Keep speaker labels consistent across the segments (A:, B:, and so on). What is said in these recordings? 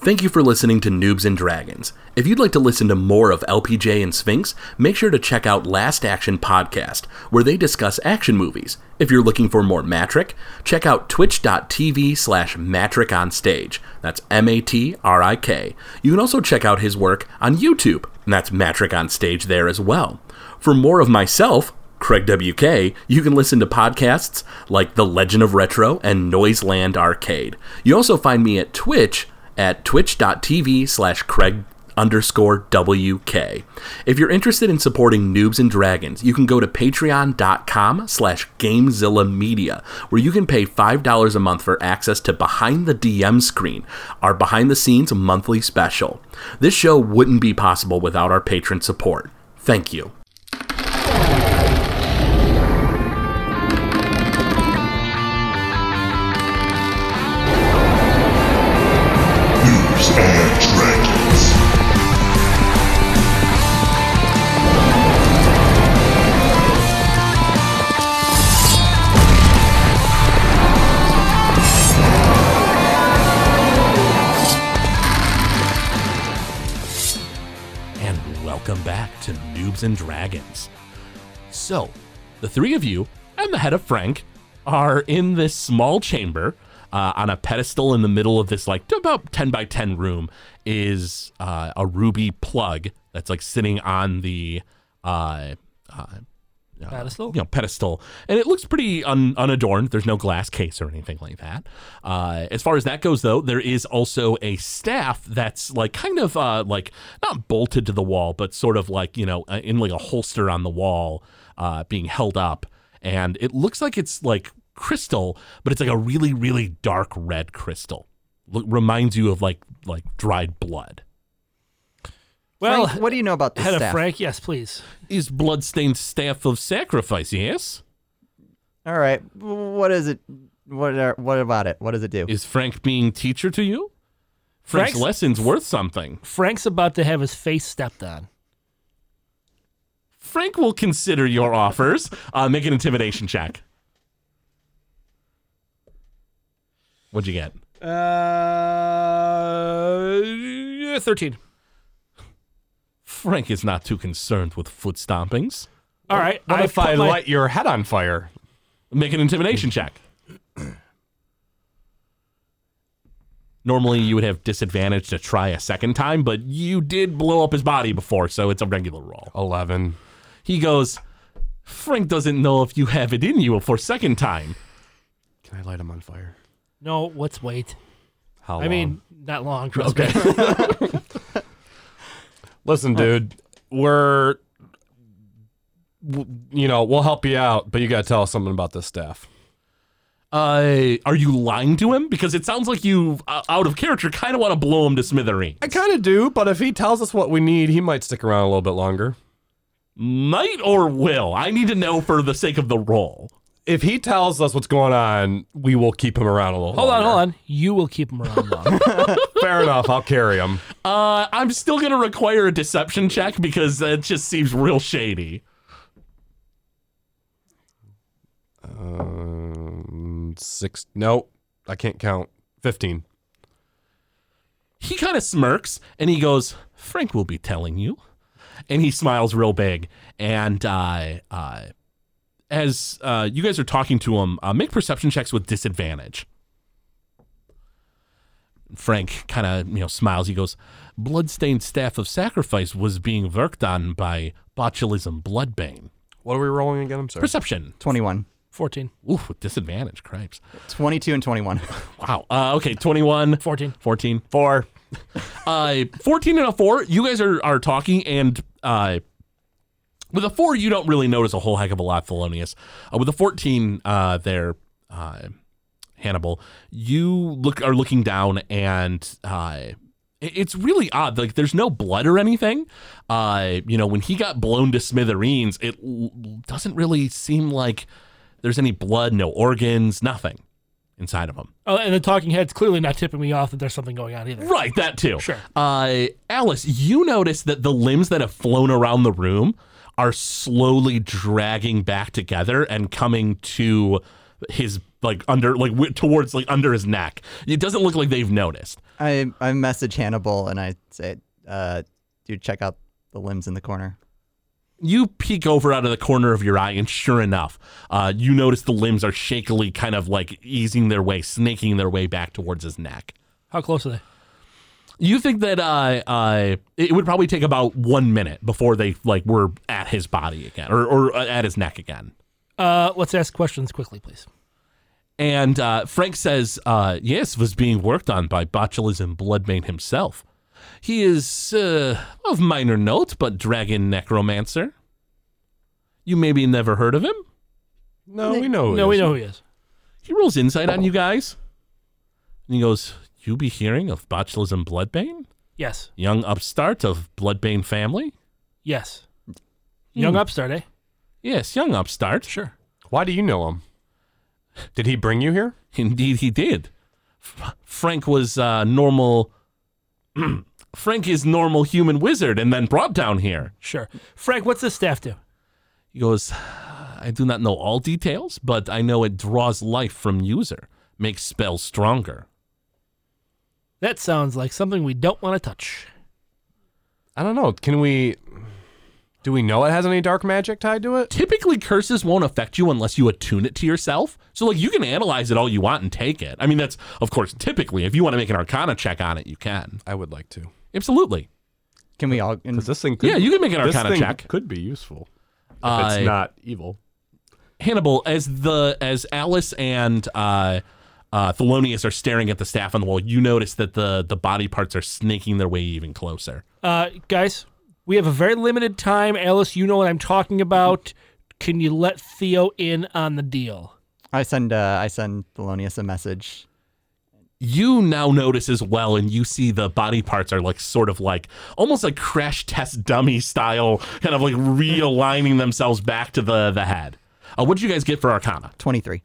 A: Thank you for listening to Noobs and Dragons. If you'd like to listen to more of LPJ and Sphinx, make sure to check out Last Action Podcast, where they discuss action movies. If you're looking for more Matric, check out twitch.tv slash Matric on stage. That's M A T R I K. You can also check out his work on YouTube, and that's Matric on stage there as well. For more of myself, Craig WK, you can listen to podcasts like The Legend of Retro and Noiseland Arcade. You also find me at Twitch at twitch.tv slash Craig underscore WK. If you're interested in supporting Noobs and Dragons, you can go to patreon.com slash Gamezilla Media, where you can pay $5 a month for access to Behind the DM Screen, our behind-the-scenes monthly special. This show wouldn't be possible without our patron support. Thank you.
B: Noobs and Dragons.
A: And welcome back to Noobs and Dragons. So, the three of you and the head of Frank are in this small chamber uh, on a pedestal in the middle of this, like, about 10 by 10 room, is uh, a ruby plug that's like sitting on the. Uh, uh,
C: Pedestal?
A: you know, pedestal, and it looks pretty un- unadorned. There's no glass case or anything like that. Uh, as far as that goes, though, there is also a staff that's like kind of uh, like not bolted to the wall, but sort of like you know uh, in like a holster on the wall, uh, being held up, and it looks like it's like crystal, but it's like a really really dark red crystal. Look, reminds you of like like dried blood.
C: Well,
D: Frank, what do you know about this
C: head of
D: staff?
C: Frank, yes, please.
A: Is bloodstained staff of sacrifice? Yes.
D: All right, w- what is it? What are, what about it? What does it do?
A: Is Frank being teacher to you? Frank's,
C: Frank's-
A: lessons worth something.
C: Frank's about to have his face stepped on.
A: Frank will consider your offers. Uh, make an intimidation check. What'd you get?
C: Uh, thirteen.
A: Frank is not too concerned with foot stompings.
C: All right.
E: What
C: I
E: if I
C: put my-
E: light your head on fire?
A: Make an intimidation check. Normally, you would have disadvantage to try a second time, but you did blow up his body before, so it's a regular roll.
E: 11.
A: He goes, Frank doesn't know if you have it in you for second time.
E: Can I light him on fire?
C: No, what's wait?
E: How
C: I mean, not long. Trust me.
E: listen, dude, we're, w- you know, we'll help you out, but you got to tell us something about this staff.
A: Uh, are you lying to him? Because it sounds like you, uh, out of character, kind of want to blow him to smithereens.
E: I kind of do, but if he tells us what we need, he might stick around a little bit longer.
A: Might or will? I need to know for the sake of the role.
E: If he tells us what's going on, we will keep him around a little
C: Hold on,
E: longer.
C: hold on. You will keep him around long.
E: Fair enough. I'll carry him.
A: Uh, I'm still gonna require a deception check because it just seems real shady.
E: Um, six. No, I can't count. 15.
A: He kind of smirks and he goes, "Frank will be telling you," and he smiles real big. And uh, uh, as uh, you guys are talking to him, uh, make perception checks with disadvantage. Frank kind of you know smiles. He goes, "Bloodstained staff of sacrifice was being worked on by botulism bloodbane."
E: What are we rolling again? I'm sorry.
A: Perception.
D: 21.
C: Fourteen.
A: Oof, with disadvantage. Cripes.
D: 22 and 21.
A: Wow. Uh, okay, 21.
C: Fourteen.
A: 14. 4. uh, 14 and a 4. You guys are, are talking, and uh, with a 4, you don't really notice a whole heck of a lot, Thelonious. Uh, with a 14 uh, there, uh, Hannibal, you look are looking down, and uh, it- it's really odd. Like, there's no blood or anything. Uh, you know, when he got blown to smithereens, it l- doesn't really seem like there's any blood, no organs, nothing inside of him.
C: Oh, and the talking head's clearly not tipping me off that there's something going on either.
A: Right, that too.
C: Sure.
A: Uh, Alice, you notice that the limbs that have flown around the room are slowly dragging back together and coming to his like under like w- towards like under his neck. It doesn't look like they've noticed.
D: I I message Hannibal and I say, uh, dude, check out the limbs in the corner.
A: You peek over out of the corner of your eye, and sure enough, uh, you notice the limbs are shakily, kind of like easing their way, snaking their way back towards his neck.
C: How close are they?
A: You think that uh, uh, it would probably take about one minute before they like were at his body again, or, or uh, at his neck again.
C: Uh, let's ask questions quickly, please.
A: And uh, Frank says, uh, yes, was being worked on by botulism bloodmane himself. He is uh, of minor note, but dragon necromancer. You maybe never heard of him.
E: No, we know. who it
C: No, we
E: is.
C: know who he is.
A: He rolls insight on you guys. And he goes, you be hearing of botulism bloodbane?
C: Yes,
A: Young upstart of bloodbane family?
C: yes. Young upstart, eh?
A: Yes, young upstart. Sure.
E: Why do you know him? Did he bring you here?
A: Indeed, he did. F- Frank was uh, normal. Frank is normal human wizard, and then brought down here.
C: Sure. Frank, what's this staff do?
A: He goes, I do not know all details, but I know it draws life from user, makes spells stronger.
C: That sounds like something we don't want to touch.
E: I don't know. Can we? Do we know it has any dark magic tied to it?
A: Typically, curses won't affect you unless you attune it to yourself. So, like, you can analyze it all you want and take it. I mean, that's, of course, typically, if you want to make an arcana check on it, you can.
E: I would like to.
A: Absolutely.
D: Can we all?
E: Because this thing, could,
A: Yeah, you can make an
E: this
A: arcana
E: thing
A: check.
E: could be useful. If
A: Uh,
E: it's not evil.
A: Hannibal, as the as Alice and uh, uh, Thelonious are staring at the staff on the wall, you notice that the the body parts are snaking their way even closer.
C: Uh, guys, we have a very limited time. Alice, you know what I'm talking about. Can you let Theo in on the deal?
D: I send uh, I send Thelonious a message.
A: You now notice as well, and you see the body parts are like sort of like almost like crash test dummy style, kind of like realigning themselves back to the the head. Uh, what did you guys get for Arcana?
D: Twenty three.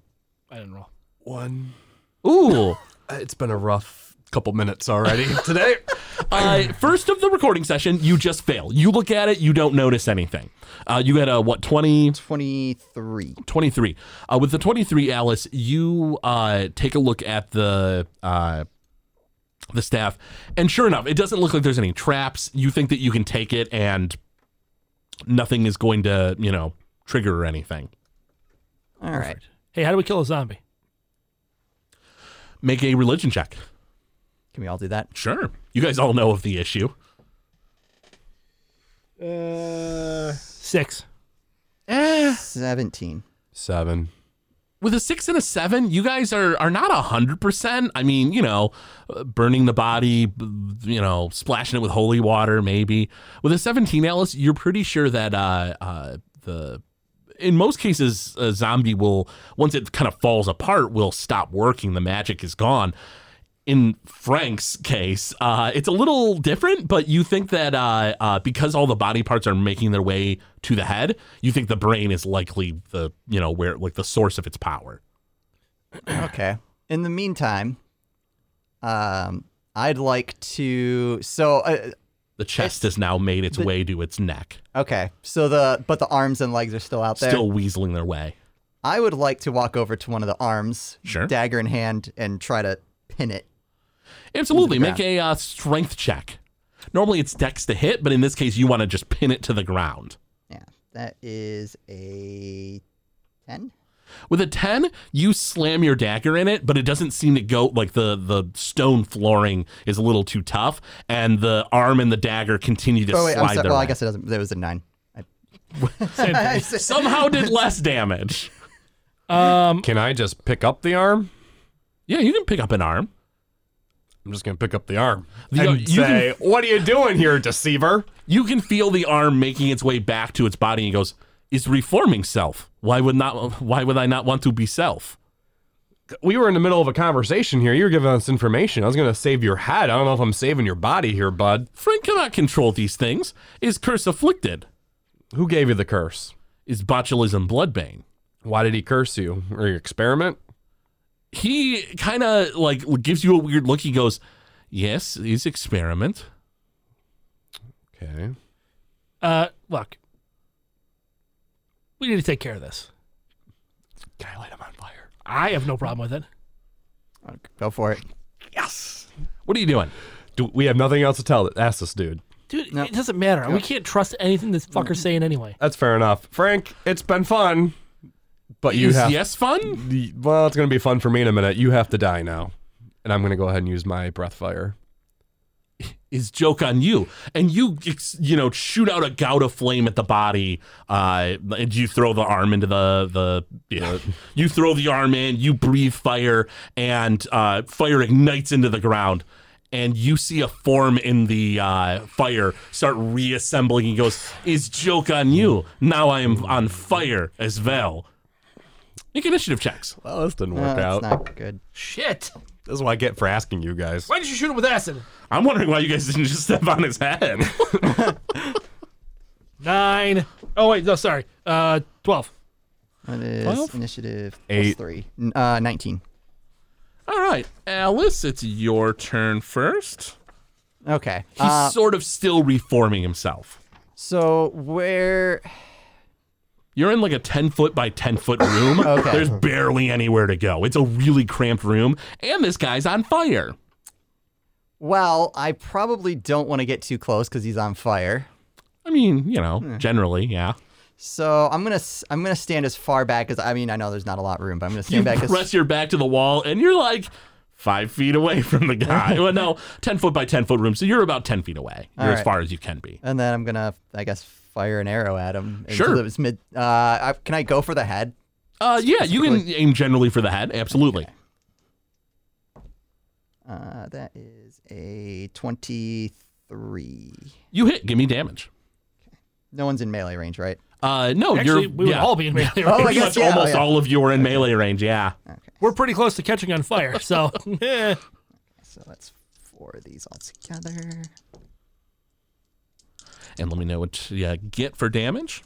C: I didn't roll.
E: One. Uh,
A: Ooh.
E: It's been a rough couple minutes already today.
A: Uh, first of the recording session, you just fail. You look at it, you don't notice anything. Uh, you had a what twenty?
D: Twenty three.
A: 23. Uh, with the 23, Alice, you uh, take a look at the uh, the staff, and sure enough, it doesn't look like there's any traps. You think that you can take it, and nothing is going to, you know, trigger or anything.
D: All right.
C: Hey, how do we kill a zombie?
A: Make a religion check.
D: Can we all do that?
A: Sure. You guys all know of the issue.
C: Six.
D: Seventeen.
E: Seven.
A: with a six and a seven, you guys are are not a hundred percent. I mean, you know, uh, burning the body, b- you know, splashing it with holy water, maybe. With a seventeen, Alice, you're pretty sure that uh, uh, the in most cases a zombie will once it kind of falls apart will stop working. The magic is gone. In Frank's case, uh, it's a little different, but you think that uh, uh, because all the body parts are making their way to the head, you think the brain is likely the you know where like the source of its power.
D: Okay. In the meantime, um, I'd like to. So, uh,
A: The chest has now made its way to its neck,
D: okay. So the but the arms and legs are still out there.
A: still weaseling their way.
D: I would like to walk over to one of the arms,
A: Sure.
D: dagger in hand, and try to pin it.
A: Absolutely,
D: the
A: make a uh, strength check. Normally it's dex to hit, but in this case you want to just pin it to the ground.
D: Yeah, that is a ten.
A: With a 10, you slam your dagger in it, but it doesn't seem to go like the the stone flooring is a little too tough and the arm and the dagger continue to
D: Oh wait,
A: slide
D: I'm sorry.
A: their
D: Well,
A: way.
D: I guess it doesn't. There was a nine. I,
A: Somehow did less damage.
C: Um,
E: Can I just pick up the arm?
A: Yeah, you can pick up an arm.
E: I'm just gonna pick up the arm
A: The- uh,
E: and
A: you
E: say, "What are you doing here, deceiver?"
A: You can feel the arm making its way back to its body and goes, "Is reforming self. Why would not why would I not want to be self?"
E: We were in the middle of a conversation here. You were giving us information. I was gonna save your head. I don't know if I'm saving your body here, bud.
A: Frank cannot control these things. Is curse afflicted?
E: Who gave you the curse?
A: Is botulism bloodbane?
E: Why did he curse you? Or your experiment?
A: He kind of like gives you a weird look. He goes, "Yes, is experiment."
E: Okay.
C: uh, look, we need to take care of this.
E: Guy light him on fire.
C: I have no problem with it.
D: Go for it.
E: What are you doing? Do we have nothing else to tell? Ask this dude.
C: Dude, it doesn't matter. We can't trust anything this fucker's saying anyway.
E: That's fair enough. Frank, it's been fun, but you
A: Is
E: have
A: yes fun?
E: the- well, it's gonna be fun for me in a minute. You have to die now, and I'm gonna go ahead and use my breath fire.
A: Is joke on you, and you ex- you know shoot out a gout of flame at the body, uh, and you throw the arm into the the you, know, you throw the arm in, you breathe fire, and uh, fire ignites into the ground. And you see a form in the uh, fire start reassembling. He goes, "Is joke on you? Now I am on fire as well." Make initiative checks.
E: Well, this didn't
D: No,
E: work
D: that's
E: out.
D: not good.
A: Shit!
E: This is what I get for asking you guys.
C: Why did you shoot him with acid?
A: I'm wondering why you guys didn't just step on his head.
C: Nine. Oh wait, no, sorry. Uh, twelve.
D: That is
A: Twelve?
D: initiative plus
E: Eight.
D: three. N- Uh, 19.
A: All right, Alice, it's your turn first.
D: Okay.
A: He's
D: Uh,
A: sort of still reforming himself.
D: so where?
A: You're in like a 10 foot by 10 foot room.
D: Okay.
A: There's barely anywhere to go. It's a really cramped room, and this guy's on fire.
D: Well, I probably don't want to get too close because he's on fire.
A: I mean, you know, generally, yeah.
D: So I'm gonna s- I'm gonna stand as far back as I mean I know there's not a lot of room, but I'm gonna stand
A: You
D: back
A: press your back to the wall, and you're like five feet away from the guy. well, no, 10 foot by 10 foot room. So you're about 10 feet away. You're
D: All
A: as
D: right.
A: far as you can be.
D: as, and then I'm gonna I guess fire an arrow at him. into
A: Sure.
D: the- mid, uh, I, can I go for the head?
A: Uh, yeah, you can aim generally for the head. Absolutely.
D: Uh, that is a 23.
A: You hit. Give me damage.
D: No one's in melee range, right?
A: Uh, no, you're
C: Actually, we would
A: yeah.
C: all be in melee.
D: Oh, I
A: Pretty much
D: guess yeah, oh,
A: almost
D: yeah.
A: all of you are in melee range. Yeah.
C: We're pretty close to catching on fire, so eh.
D: So that's four of these all together.
A: And let me know what you get for damage.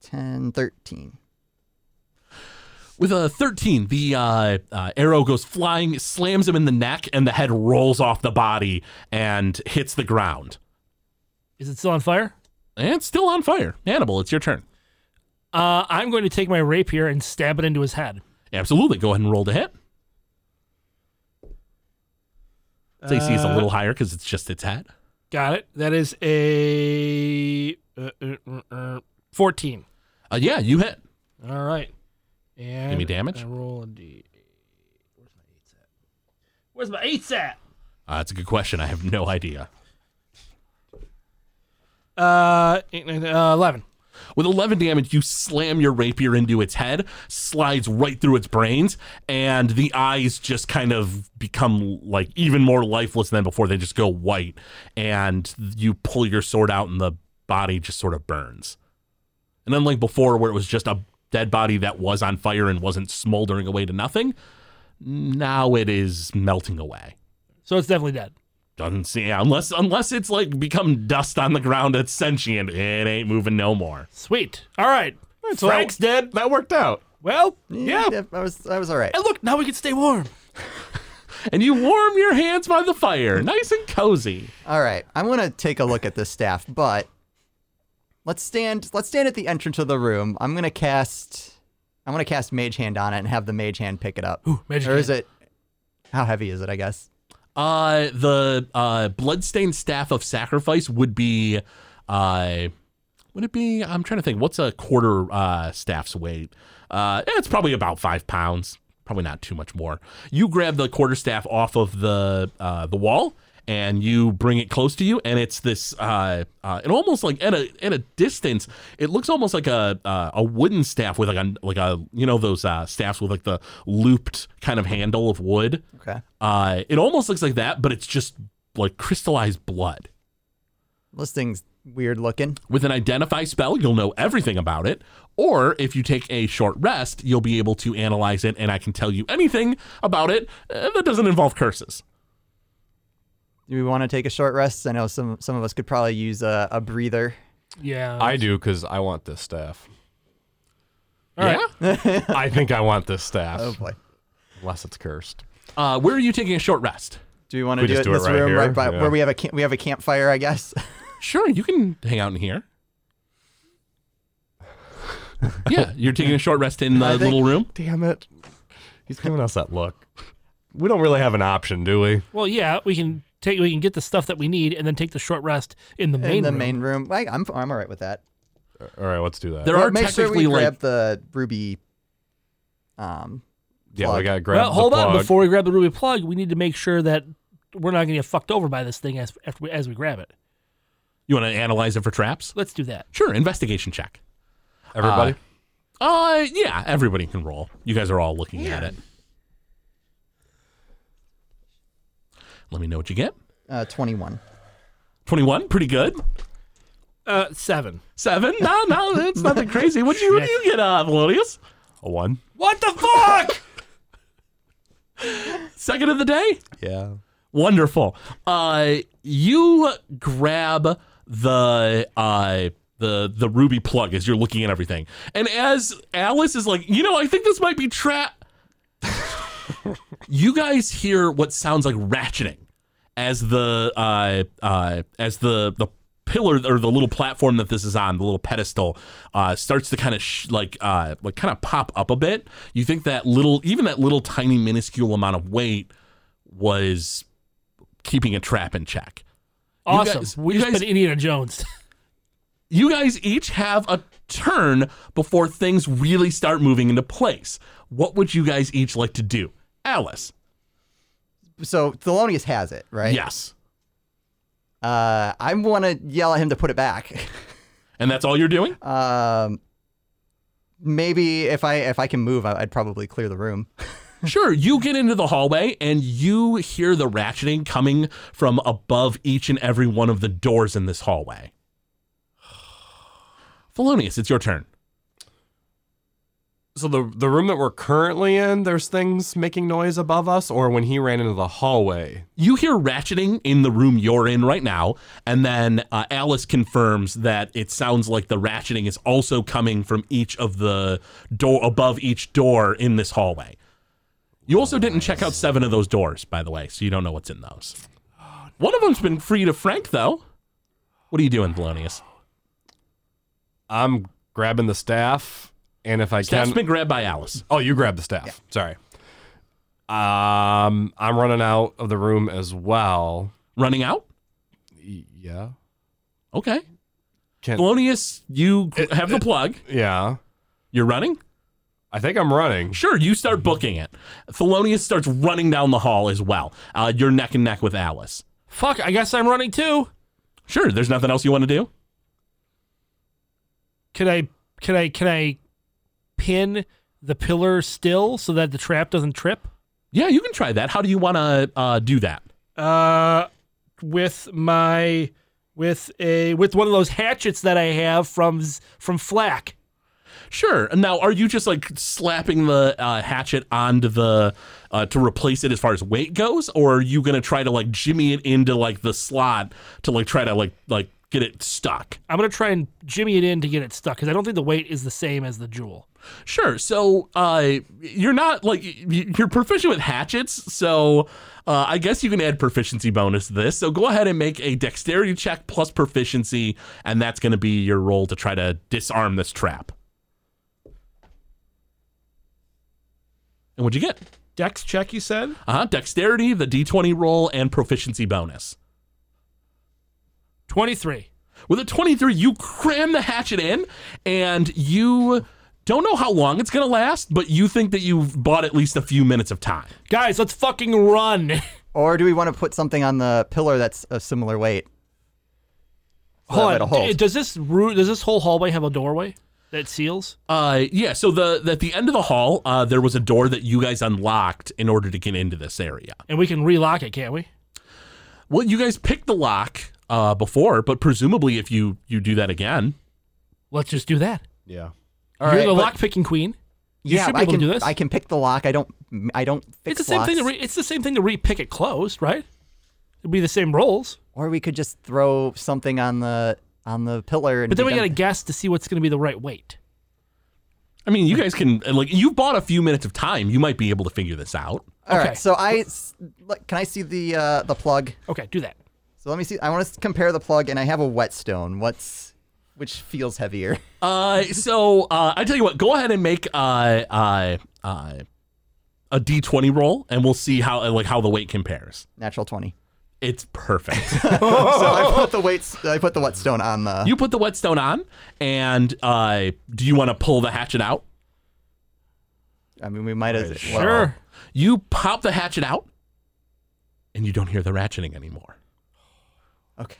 D: 10, 13.
A: With a 13, the uh, uh, arrow goes flying, slams him in the neck, and the head rolls off the body and hits the ground.
C: is it still on fire?
A: And it's still on fire. Hannibal, it's your turn.
C: Uh, I'm going to take my rapier and stab it into his head.
A: Absolutely. Go ahead and roll to hit. So you see it's a
C: Uh,
A: little higher because it's just its head.
C: Got it. That is a uh, uh, uh, uh, fourteen.
A: Uh, yeah, you hit.
C: All right. And
A: damage.
C: I roll a d. Where's my eights at?
A: Uh, that's a good question. I have no idea.
C: Where's my eights at? Uh, eight, nine, uh, eleven.
A: With 11 damage, you slam your rapier into its head, slides right through its brains, and the eyes just kind of become like even more lifeless than before. They just go white, and you pull your sword out, and the body just sort of burns. And unlike before, where it was just a dead body that was on fire and wasn't smoldering away to nothing, now it is melting away.
C: So it's definitely dead.
A: Doesn't seem unless unless it's like become dust on the ground that's sentient, it ain't moving no more.
C: Sweet. All right. Frank's dead.
E: That worked out.
C: Well,
D: Yeah. I was, I was all right.
C: and look, now we can stay warm.
A: and you warm your hands by the fire, nice and cozy.
D: All right, I'm gonna take a look at this staff, but let's stand. Let's stand at the entrance of the room. I'm gonna cast. I'm gonna cast Mage Hand on it and have the Mage Hand pick it up. Ooh,
C: Mage
D: or is it? How heavy is it? I guess.
A: Uh, the uh, bloodstained staff of sacrifice would be, uh, would it be? I'm trying to think. What's a quarter uh, staff's weight? Uh, eh, it's probably about five pounds. Probably not too much more. You grab the quarter staff off of the uh, the wall and you bring it close to you, and it's this. Uh, uh, it almost like at a at a distance, it looks almost like a uh, a wooden staff with like a like a you know those uh, staffs with like the looped kind of handle of wood.
D: Okay.
A: Uh, it almost looks like that, but it's just like crystallized blood.
D: This thing's weird looking.
A: With an identify spell, you'll know everything about it. Or if you take a short rest, you'll be able to analyze it, and I can tell you anything about it uh, that doesn't involve curses.
D: Do we want to take a short rest? I know some some of us could probably use a, a breather.
C: Yeah.
E: I do because I want this staff.
C: All right.
A: Yeah.
E: I think I want this staff.
D: Oh boy.
E: Unless it's cursed.
A: Uh, where are you taking a short rest?
D: Do we want to
E: We
D: do
E: just
D: it
E: do
D: in
E: it
D: this
E: right
D: room
E: here?
D: right by
E: Yeah.
D: where we have a camp, we have a campfire? I guess.
A: Sure, you can hang out in here. Yeah, you're taking a short rest in the
E: I think-
A: little room.
E: Damn it. He's giving us that look. We don't really have an option, do we?
C: Well, yeah, we can take we can get the stuff that we need and then take the short rest in the main
D: in the
C: room.
D: main room. I, I'm I'm all right with that.
E: All right, let's do that.
A: There
D: But
A: are
D: make sure
A: technically
D: we
A: like
D: grab the ruby. Um,
E: yeah, we
D: plug.
E: got to grab
C: well,
E: the
C: hold on.
E: plug.
C: Before we grab the ruby plug, we need to make sure that we're not going to get fucked over by this thing as after we, as we grab it.
A: you want to analyze it for traps.
C: Let's do that.
A: Sure, investigation check.
E: Everybody?
A: Uh, yeah, everybody can roll. You guys are all looking at it. Let me know what you get.
D: uh, 21.
A: 21, pretty good.
C: Uh, seven.
A: Seven? No, no, it's nothing crazy. What do you, what do you get, uh, Melodious?
E: a one?
A: What the fuck? Second of the day?
E: Yeah.
A: Wonderful. Uh, you grab the uh, the the ruby plug as you're looking at everything, and as Alice is like, you know, I think this might be trap. you guys hear what sounds like ratcheting as the uh, uh, as the the pillar or the little platform that this is on, the little pedestal, uh, starts to kind of sh- like uh, like kind of pop up a bit. You think that little, even that little tiny minuscule amount of weight was keeping a trap in check.
C: Awesome.
A: guys-
C: we
A: you
C: just
A: guys-
C: been Indiana Jones.
A: You guys each have a turn before things really start moving into place. What would you guys each like to do? Alice.
D: So Thelonious has it, right?
A: Yes.
D: Uh, I want to yell at him to put it back.
A: And that's all you're doing?
D: Um, maybe if I if I can move, I, I'd probably clear the room.
A: Sure, you get into the hallway and you hear the ratcheting coming from above each and every one of the doors in this hallway. Felonius, it's your turn.
E: So the the room that we're currently in, there's things making noise above us, or when he ran into the hallway.
A: You hear ratcheting in the room you're in right now, and then uh, Alice confirms that it sounds like the ratcheting is also coming from each of the door above each door in this hallway. You also didn't check out seven of those doors, by the way, so you don't know what's in those. One of them's been free to Frank, though. What are you doing, Thelonious?
E: I'm grabbing the staff, and if I
A: That's
E: can,
A: been grabbed by Alice.
E: oh, you grab the staff. Sorry. Um, I'm running out of the room as well.
A: Running out?
E: Y- Yeah.
A: Okay.
E: Can
A: Thelonious, you g- have the plug.
E: yeah.
A: You're running?
E: I think I'm running.
A: Sure, you start booking it. Thelonious starts running down the hall as well. Uh, you're neck and neck with Alice.
C: Fuck. I guess I'm running too.
A: Sure, there's nothing else you want to do?
C: Can I? Can I? Can I pin the pillar still so that the trap doesn't trip?
A: Yeah, you can try that. How do you want to uh, do that?
C: Uh, with my with a with one of those hatchets that I have from Z- from Flack.
A: Sure. Now, are you just like slapping the uh, hatchet onto the uh, to replace it as far as weight goes, or are you gonna try to like jimmy it into like the slot to like try to like like get it stuck?
C: I'm gonna try and jimmy it in to get it stuck because I don't think the weight is the same as the jewel.
A: Sure. So uh, you're not like y- y- you're proficient with hatchets, so uh, I guess you can add proficiency bonus to this. So go ahead and make a dexterity check plus proficiency, and that's going to be your role to try to disarm this trap. And what'd you get?
C: Dex check, you said.
A: Uh huh. Dexterity, the d20 roll, and proficiency bonus.
C: Twenty three.
A: With a 23, you cram the hatchet in, and you don't know how long it's going to last, but you think that you've bought at least a few minutes of time.
C: Guys, let's fucking run.
D: Or do we want to put something on the pillar that's of similar weight? So that way
C: Hold
D: it'll
C: on.
D: hold.
C: d- Does this roo- does this whole hallway have a doorway that seals?
A: Uh, yeah, so the at the end of the hall, uh, there was a door that you guys unlocked in order to get into this area.
C: And we can relock it, can't we?
A: Well, you guys picked the lock uh, before, but presumably if you, you do that again,
C: Let's just do that.
E: Yeah.
C: You're
D: All right,
C: the
D: but-
C: lock picking queen. You
D: yeah,
C: should be
D: I
C: able to
D: can
C: do this.
D: I can pick the lock. I don't I don't
C: It's
D: fix
C: the same thing. To
D: locks.
C: re- it's the same thing to re-pick it closed, right? It'd be the same rolls,
D: or we could just throw something on the on the pillar. And
C: but then
D: be
C: we
D: done.
C: gotta guess to see what's gonna be the right weight.
A: I mean, you guys can uh, like you bought a few minutes of time. You might be able to figure this out.
D: All right.
C: okay.
D: So I s- like, can I see the uh, the plug?
C: Okay, do that.
D: So let me see. I want to compare the plug, and I have a whetstone. What's which feels heavier.
A: Uh, so uh, I tell you what, go ahead and make uh, uh, uh, a D twenty roll, and we'll see how uh, like how the weight compares.
D: Natural twenty.
A: It's perfect.
D: So I put the weights. I put the whetstone on the.
A: you put the whetstone on, and uh, do you want to pull the hatchet out?
D: I mean, we might as well.
C: Sure.
A: You pop the hatchet out, and you don't hear the ratcheting anymore.
D: Okay.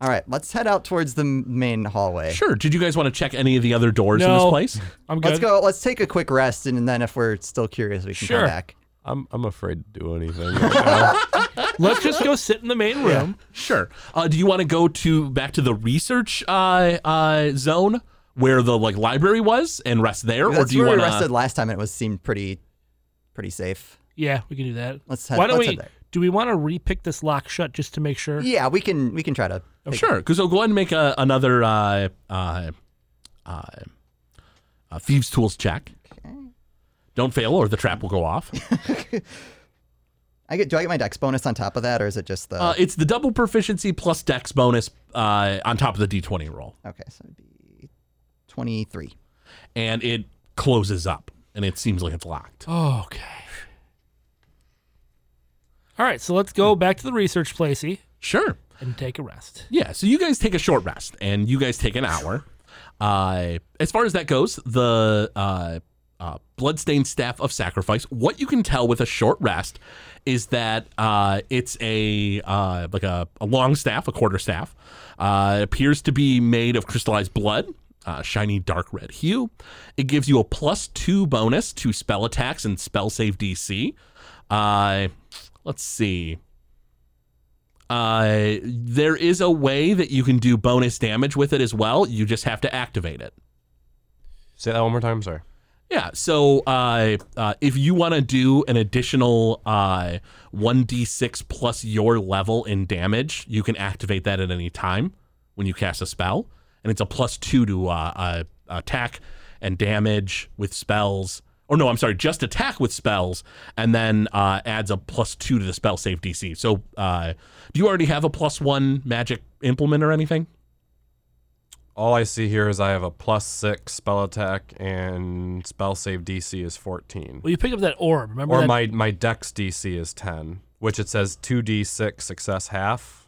D: All right, let's head out towards the m- main hallway.
A: Sure. Did you guys want to check any of the other doors in this
C: No.
A: place?
C: I'm good.
D: Let's go. Let's take a quick rest, and then if we're still curious, we can
C: Sure.
D: come back.
E: I'm I'm afraid to do anything. Right
C: Let's just go sit in the main room.
A: Sure. Uh, do you want to go to back to the research uh, uh, zone where the like library was and rest there, or
D: That's
A: do you
D: where
A: want
D: we rested
A: to?
D: last time, and it was seemed pretty, pretty safe.
C: Yeah, we can do that.
D: Let's head-
C: Why don't
D: let's
C: we?
D: head there.
C: Do we want to repick this lock shut just to make sure?
D: Yeah, we can. We can try to.
A: Oh, Sure. Because I'll go ahead and make a, another uh, uh, uh, uh, thieves' tools check. Don't fail, or the trap will go off.
D: I get. Do I get my dex bonus on top of that, or is it just the?
A: Uh, it's the double proficiency plus dex bonus uh, on top of the d20 roll,
D: okay, so it'd be twenty-three.
A: and it closes up, and it seems like it's locked.
C: Okay. All right, so let's go back to the research placey
A: Sure.
C: and take a rest.
A: Yeah, so you guys take a short rest, and you guys take an hour. Uh, as far as that goes, the uh, uh, bloodstained staff of sacrifice. What you can tell with a short rest is that uh, it's a uh, like a, a long staff, a quarter staff. Uh, it appears to be made of crystallized blood. Uh, shiny dark red hue. It gives you a plus two bonus to spell attacks and spell save DC. Uh, let's see. Uh, there is a way that you can do bonus damage with it as well. You just have to activate it.
E: Say that one more time. Sorry.
A: Yeah. So uh, uh, if you want to do an additional uh, 1d6 plus your level in damage, you can activate that at any time when you cast a spell. And it's a plus two to uh, uh, attack and damage with spells. Or no, I'm sorry, just attack with spells, and then uh, adds a plus two to the spell save DC. So, uh, do you already have a plus one magic implement or anything?
E: All I see here is I have a plus six spell attack and spell save DC is fourteen.
C: Well, you pick up that orb. Remember
E: Or
C: that?
E: my my dex DC is ten, which it says two D six success half.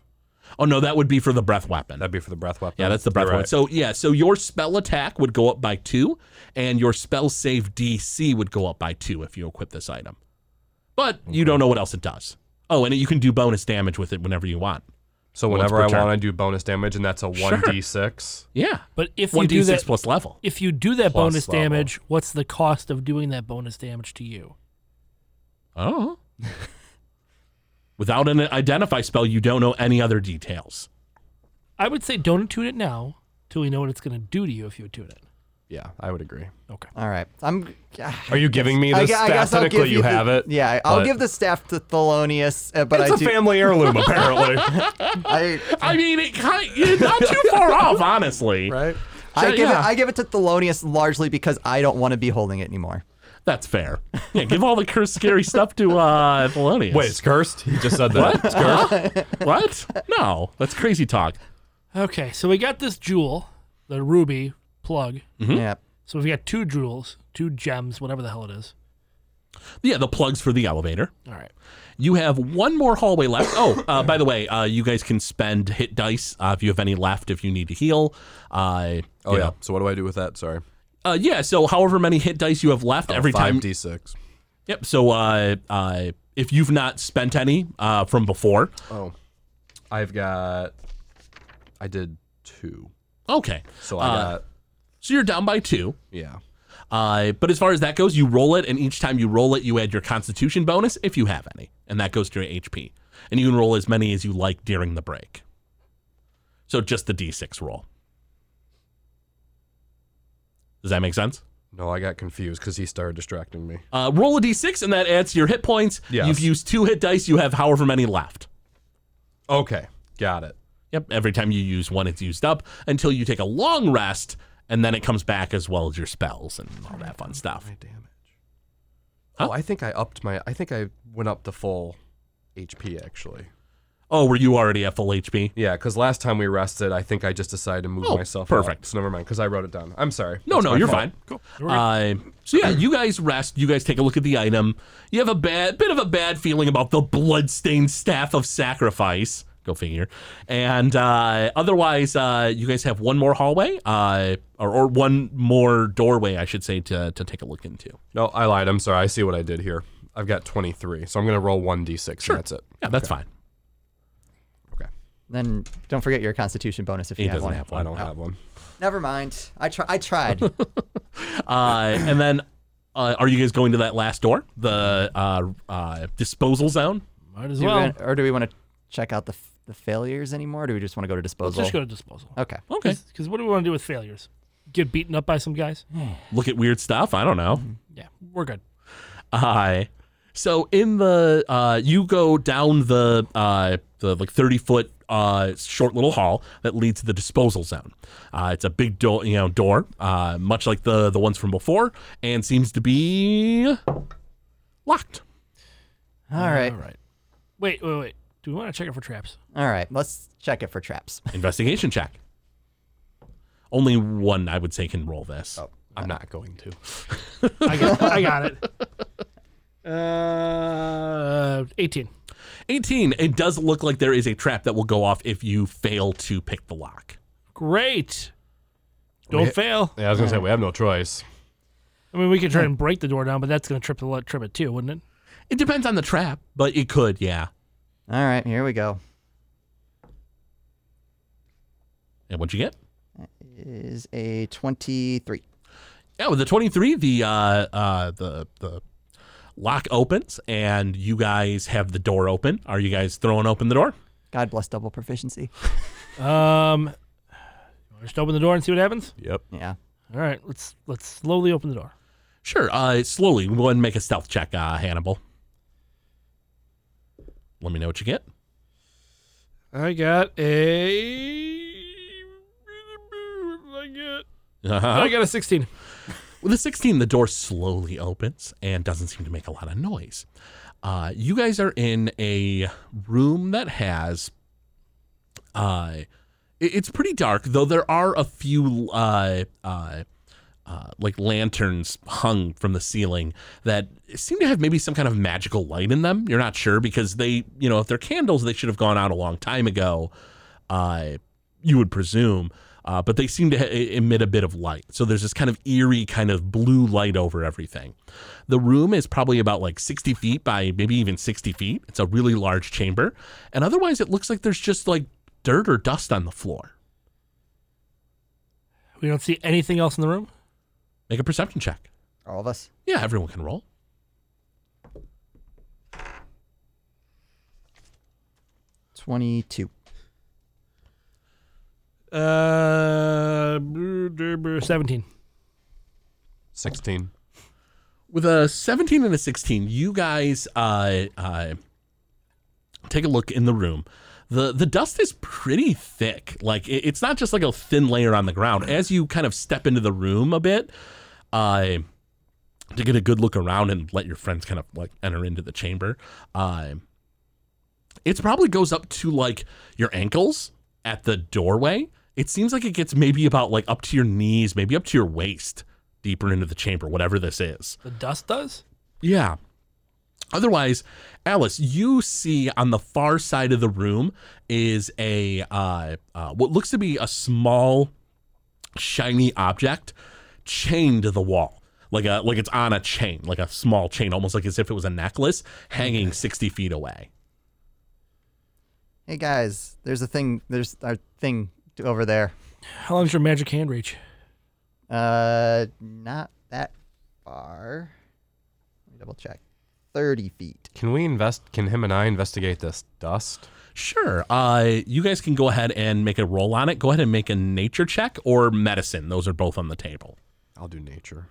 A: Oh no, that would be for the breath weapon.
E: That'd be for the breath weapon.
A: Yeah, that's the
E: You're
A: breath
E: right.
A: one. So yeah, so your spell attack would go up by two, and your spell save DC would go up by two if you equip this item. But you don't know what else it does. Oh, and you can do bonus damage with it whenever you want.
E: So
A: Once
E: whenever
A: per
E: I
A: turn.
E: want to do bonus damage, and that's a one d six.
A: Yeah,
C: but if you
A: one d
C: do
A: six
C: that,
A: plus level.
C: if you do that
E: plus
C: bonus
E: level.
C: damage, what's the cost of doing that bonus damage to you?
A: Oh. Without an identify spell, you don't know any other details.
C: I would say don't attune it now till we know what it's going to do to you if you attune it.
E: Yeah, I would agree.
D: All right, I'm. ah,
E: Are you giving me this
D: gu-
E: staff?
D: guess I'll
E: Technically,
D: give
E: you,
D: the-
E: have it.
D: Yeah, I'll
E: but
D: give the staff to Thelonious, uh, but
E: It's
D: I
E: a
D: do.
E: family heirloom, apparently.
D: I,
A: I mean, it kind you're not too far off, honestly.
E: right?
D: I give
A: yeah.
D: it. I give it to Thelonious largely because I don't want to be holding it anymore.
A: That's fair. Yeah, give all the cursed, scary stuff to uh, Thelonious.
E: Wait, it's cursed. He just said that. It's cursed.
A: what? No, that's crazy talk.
C: Okay, so we got this jewel, the ruby plug.
D: Yeah.
C: So we've got two jewels, two gems, whatever the hell it is.
A: Yeah, the plugs for the elevator.
C: All right.
A: You have one more hallway left. Oh, uh, by the way, uh, you guys can spend hit dice uh, if you have any left if you need to heal. Uh,
E: Oh
A: you
E: yeah.
A: know.
E: So what do I do with that? Sorry.
A: Uh, yeah. So however many hit dice you have left every time.
E: Oh, d six.
A: Yep. So uh, uh, if you've not spent any uh, from before,
E: Oh, I've got. I did two.
A: okay.
E: Oh. So I
A: Uh,
E: got
A: so you're down by two.
E: yeah.
A: Uh, but as far as that goes, you roll it, and each time you roll it, you add your Constitution bonus if you have any, and that goes to your HP. And you can roll as many as you like during the break. So just the D6 roll. Does that make sense?
E: No, I got confused because he started distracting me.
A: Uh, roll a D6, and that adds to your hit points.
E: Yes.
A: You've used two hit dice. You have however many left.
E: Okay, got it.
A: Yep. Every time you use one, it's used up until you take a long rest, and then it comes back as well as your spells and all that fun stuff.
E: My damage.
A: Huh?
E: Oh, I think I upped my. I think I went up to full HP actually.
A: Oh, were you already at full HP?
E: Yeah, because last time we rested, I think I just decided to move
A: Oh,
E: myself.
A: perfect.
E: up. So never mind, because I wrote it down. I'm sorry.
A: No,
E: That's
A: no,
E: my
A: you're
E: fault.
A: fine. Cool. Uh, so yeah, you guys rest. You guys take a look at the item. You have a bad, bit of a bad feeling about the bloodstained staff of sacrifice. Go figure. And uh, otherwise, uh, you guys have one more hallway, uh, or, or one more doorway, I should say, to to take a look into.
E: No, I lied. I'm sorry. I see what I did here. I've got 23, so I'm gonna roll one d6. And that's it.
A: Yeah, that's fine.
D: Then don't forget your constitution bonus if you
A: He
D: have
A: doesn't
D: one.
A: have
E: I
A: one.
E: don't have one.
D: Never mind. I try. I tried.
A: Uh, and then, uh, are you guys going to that last door, the uh, uh, disposal zone?
C: Might as
D: Do we
C: well.
D: wanna- or do we want to check out the f- the failures anymore? Or do we just want to go to disposal?
C: Let's just go to disposal.
D: Okay.
A: Okay.
C: Because what do we want to do with failures? Get beaten up by some guys?
A: Look at weird stuff. I don't know.
C: Yeah, we're good.
A: Hi. So in the uh, you go down the uh, the like thirty foot uh, short little hall that leads to the disposal zone. Uh, it's a big door, you know, door, uh, much like the the ones from before, and seems to be locked.
D: All right.
C: All right. Wait, wait, wait. Do we want to check it for traps?
D: All right. Let's check it for traps.
A: Investigation check. Only one I would say can roll this.
E: I'm not going to.
C: I got, I got it. Uh, 18.
A: 18. It does look like there is a trap that will go off if you fail to pick the lock.
C: Great. Don't fail.
E: Yeah, I was gonna say we have no choice.
C: I mean, we could try and break the door down, but that's going to trip the trip it too, wouldn't it?
A: It depends on the trap, but it could, yeah.
D: All right. Here we go.
A: And what'd you get?
D: Is a twenty-three.
A: Yeah, with the 23, the uh, uh, the the lock opens, and you guys have the door open. Are you guys throwing open the door?
D: God bless double proficiency.
C: Um, just open the door and see what happens.
E: Yep.
D: Yeah.
C: All right, let's let's slowly open the door.
A: Sure. Uh, slowly, go ahead and make a stealth check, uh, Hannibal. Let me know what you get.
C: I got a. I got. I
A: Uh-huh.
C: got a 16.
A: With a 16, the door slowly opens and doesn't seem to make a lot of noise. Uh, you guys are in a room that has uh, it- it's pretty dark, though there are a few uh, uh, uh, like lanterns hung from the ceiling that seem to have maybe some kind of magical light in them. You're not sure because they, you know, if they're candles, they should have gone out a long time ago. Uh, you would presume, uh, but they seem to ha- emit a bit of light. So there's this kind of eerie, kind of blue light over everything. The room is probably about like 60 feet by maybe even 60 feet. It's a really large chamber, and otherwise it looks like there's just like dirt or dust on the floor.
C: We don't see anything else in the room.
A: Make a perception check.
D: All of us.
A: Yeah, everyone can roll.
D: Twenty-two.
C: Uh, 17.
E: 16.
A: with a 17 and a 16 you guys uh, uh, take a look in the room the the dust is pretty thick like it- it's not just like a thin layer on the ground as you kind of step into the room a bit uh, to get a good look around and let your friends kind of like enter into the chamber uh, it probably goes up to like your ankles at the doorway it seems like it gets maybe about like up to your knees maybe up to your waist deeper into the chamber whatever this is
C: The dust does?
A: yeah. Otherwise, Alice, you see on the far side of the room is a uh, uh, what looks to be a small, shiny object chained to the wall, like a like it's on a chain, like a small chain, almost like as if it was a necklace hanging sixty feet away.
D: Hey guys, there's a thing. There's our thing over there.
C: How long's your magic hand reach?
D: Uh, not that far. Let me double check. Thirty feet.
E: Can we invest? Can him and I investigate this dust?
A: Sure. Uh, you guys can go ahead and make a roll on it. Go ahead and make a nature check or medicine. Those are both on the table.
E: I'll do nature.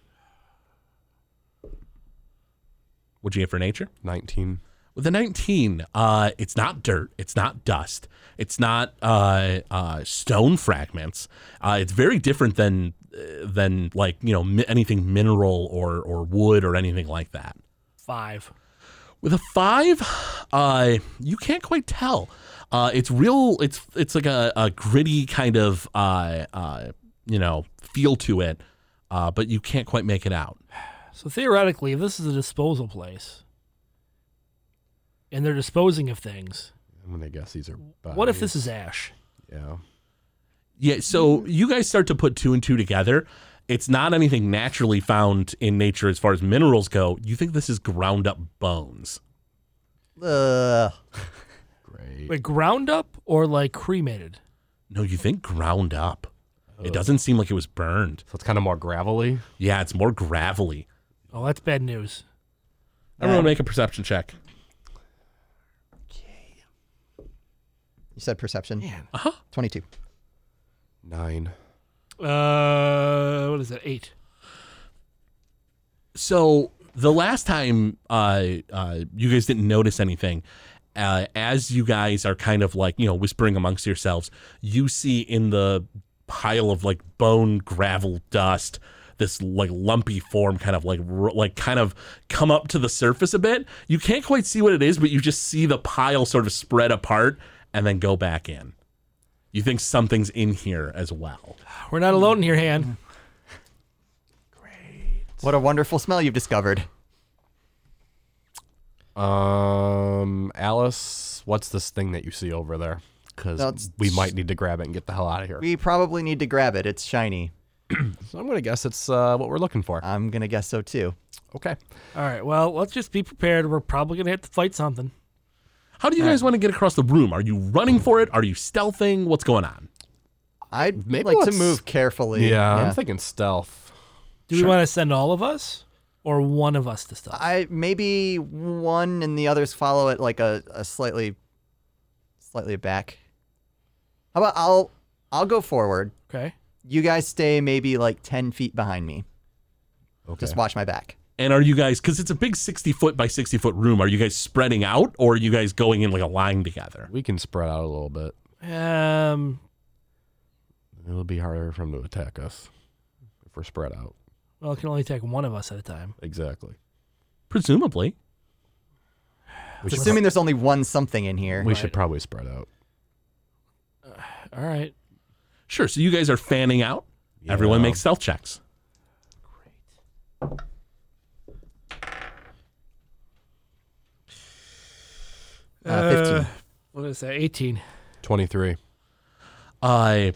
A: Would you get for nature?
E: 19.
A: With a 19, uh, it's not dirt. It's not dust. It's not uh, uh, stone fragments. Uh, it's very different than uh, than like you know mi- anything mineral or or wood or anything like that.
C: Five.
A: With a five, uh, you can't quite tell. Uh, it's real. It's it's like a, a gritty kind of uh, uh, you know feel to it, uh, but you can't quite make it out.
C: So theoretically, if this is a disposal place and they're disposing of things,
E: I'm gonna guess these are.
C: what if this is ash?
E: Yeah.
A: Yeah, so you guys start to put two and two together. It's not anything naturally found in nature as far as minerals go. You think this is ground up bones.
D: Ugh.
E: Great.
C: Wait, ground up or like cremated?
A: No, you think ground up. It doesn't seem like it was burned.
E: So it's kind of more gravelly.
A: Yeah, it's more gravelly.
C: Oh, that's bad news.
A: Everyone make a perception check.
D: You said perception. Uh-huh. 22.
E: Nine.
C: Uh, what is that? Eight.
A: So the last time uh, uh, you guys didn't notice anything, uh, as you guys are kind of like you know whispering amongst yourselves, you see in the pile of like bone, gravel, dust, this like lumpy form kind of like r- like kind of come up to the surface a bit. You can't quite see what it is, but you just see the pile sort of spread apart and then go back in. You think something's in here as well.
C: We're not alone in here, Han.
D: What a wonderful smell you've discovered.
E: Um, Alice, what's this thing that you see over there? Because
D: That's-
E: we might need to grab it and get the hell out of here.
D: We probably need to grab it. It's shiny.
E: So I'm gonna guess it's uh, what we're looking for.
D: I'm going to guess so too.
E: Okay.
C: All right. Well, let's just be prepared. We're probably gonna have to fight something.
A: How do you guys want to get across the room? Are you running for it? Are you stealthing? What's going on?
D: I'd
E: Maybe
D: like to
E: let's-
D: move carefully.
E: Yeah, I'm thinking stealth.
C: Do we want to send all of us or one of us to stuff?
D: I maybe one and the others follow it like a, a slightly slightly back. How about I'll I'll go forward.
C: okay.
D: You guys stay maybe like ten feet behind me.
E: Okay.
D: Just watch my back.
A: And are you guys, because it's a big 60 foot by 60 foot room, are you guys spreading out or are you guys going in like a line together?
E: we can spread out a little bit.
C: Um.
E: It'll be harder for them to attack us if we're spread out.
C: Well, it can only take one of us at a time.
E: Exactly.
A: Presumably.
E: We should,
D: Assuming there's only one something in here.
E: we should probably spread out.
C: All right.
A: Sure. So you guys are fanning out. Everyone makes stealth checks.
D: Uh, 15.
C: What is that? Eighteen.
E: 23.
A: Uh,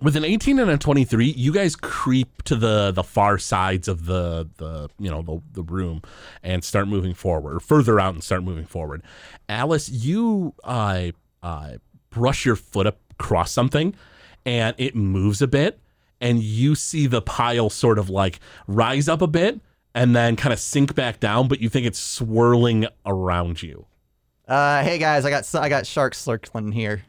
A: with an 18 and a 23, you guys creep to the the far sides of the the you know the, the room and start moving forward, or further out and start moving forward. Alice, you uh, uh, brush your foot up across something, and it moves a bit, and you see the pile sort of like rise up a bit and then kind of sink back down, but you think it's swirling around you.
D: Uh, hey guys, I got s- I got sharks circling here.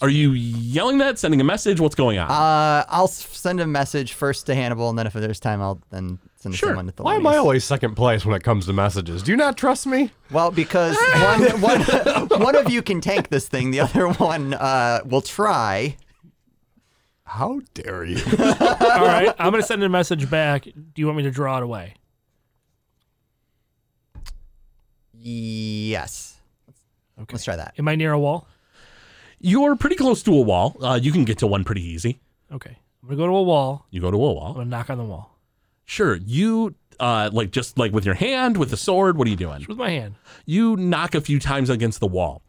A: Are you yelling that? Sending a message? What's going on?
D: Uh, I'll s- send a message first to Hannibal, and then if there's time, I'll then send
A: Sure.
D: someone to the
E: Why am I always second place when it comes to messages? Do you not trust me?
D: Well, because one, one, one of you can tank this thing, the other one uh, will try.
E: How dare you?
C: All right. I'm gonna send a message back. Do you want me to draw it away?
D: Yes. Okay. Let's try that.
C: Am I near a wall?
A: You're pretty close to a wall. Uh, you can get to one pretty easy.
C: Okay. I'm gonna go to a wall.
A: You go to a
C: I'm
A: wall.
C: gonna knock on the wall
A: Sure. You uh, like just like with your hand, with the sword. What are you doing?
C: with my hand.
A: You knock a few times against the wall.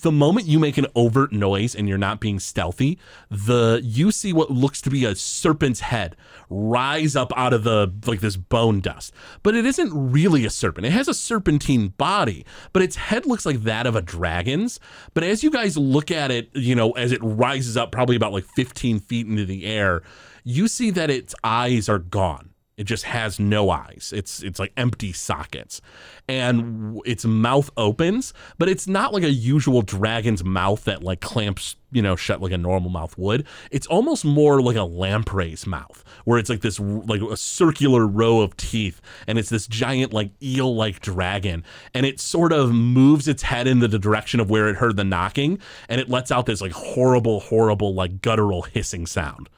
A: The moment you make an overt noise and you're not being stealthy, the you see what looks to be a serpent's head rise up out of the like this bone dust. But it isn't really a serpent. It has a serpentine body, but its head looks like that of a dragon's. But as you guys look at it, you know, as it rises up probably about like 15 feet into the air, you see that its eyes are gone. It just has no eyes. It's it's like empty sockets, and w- its mouth opens, but it's not like a usual dragon's mouth that like clamps you know shut like a normal mouth would. It's almost more like a lamprey's mouth, where it's like this r- like a circular row of teeth, and it's this giant like eel like dragon, and it sort of moves its head in the direction of where it heard the knocking, and it lets out this like horrible, horrible like guttural hissing sound.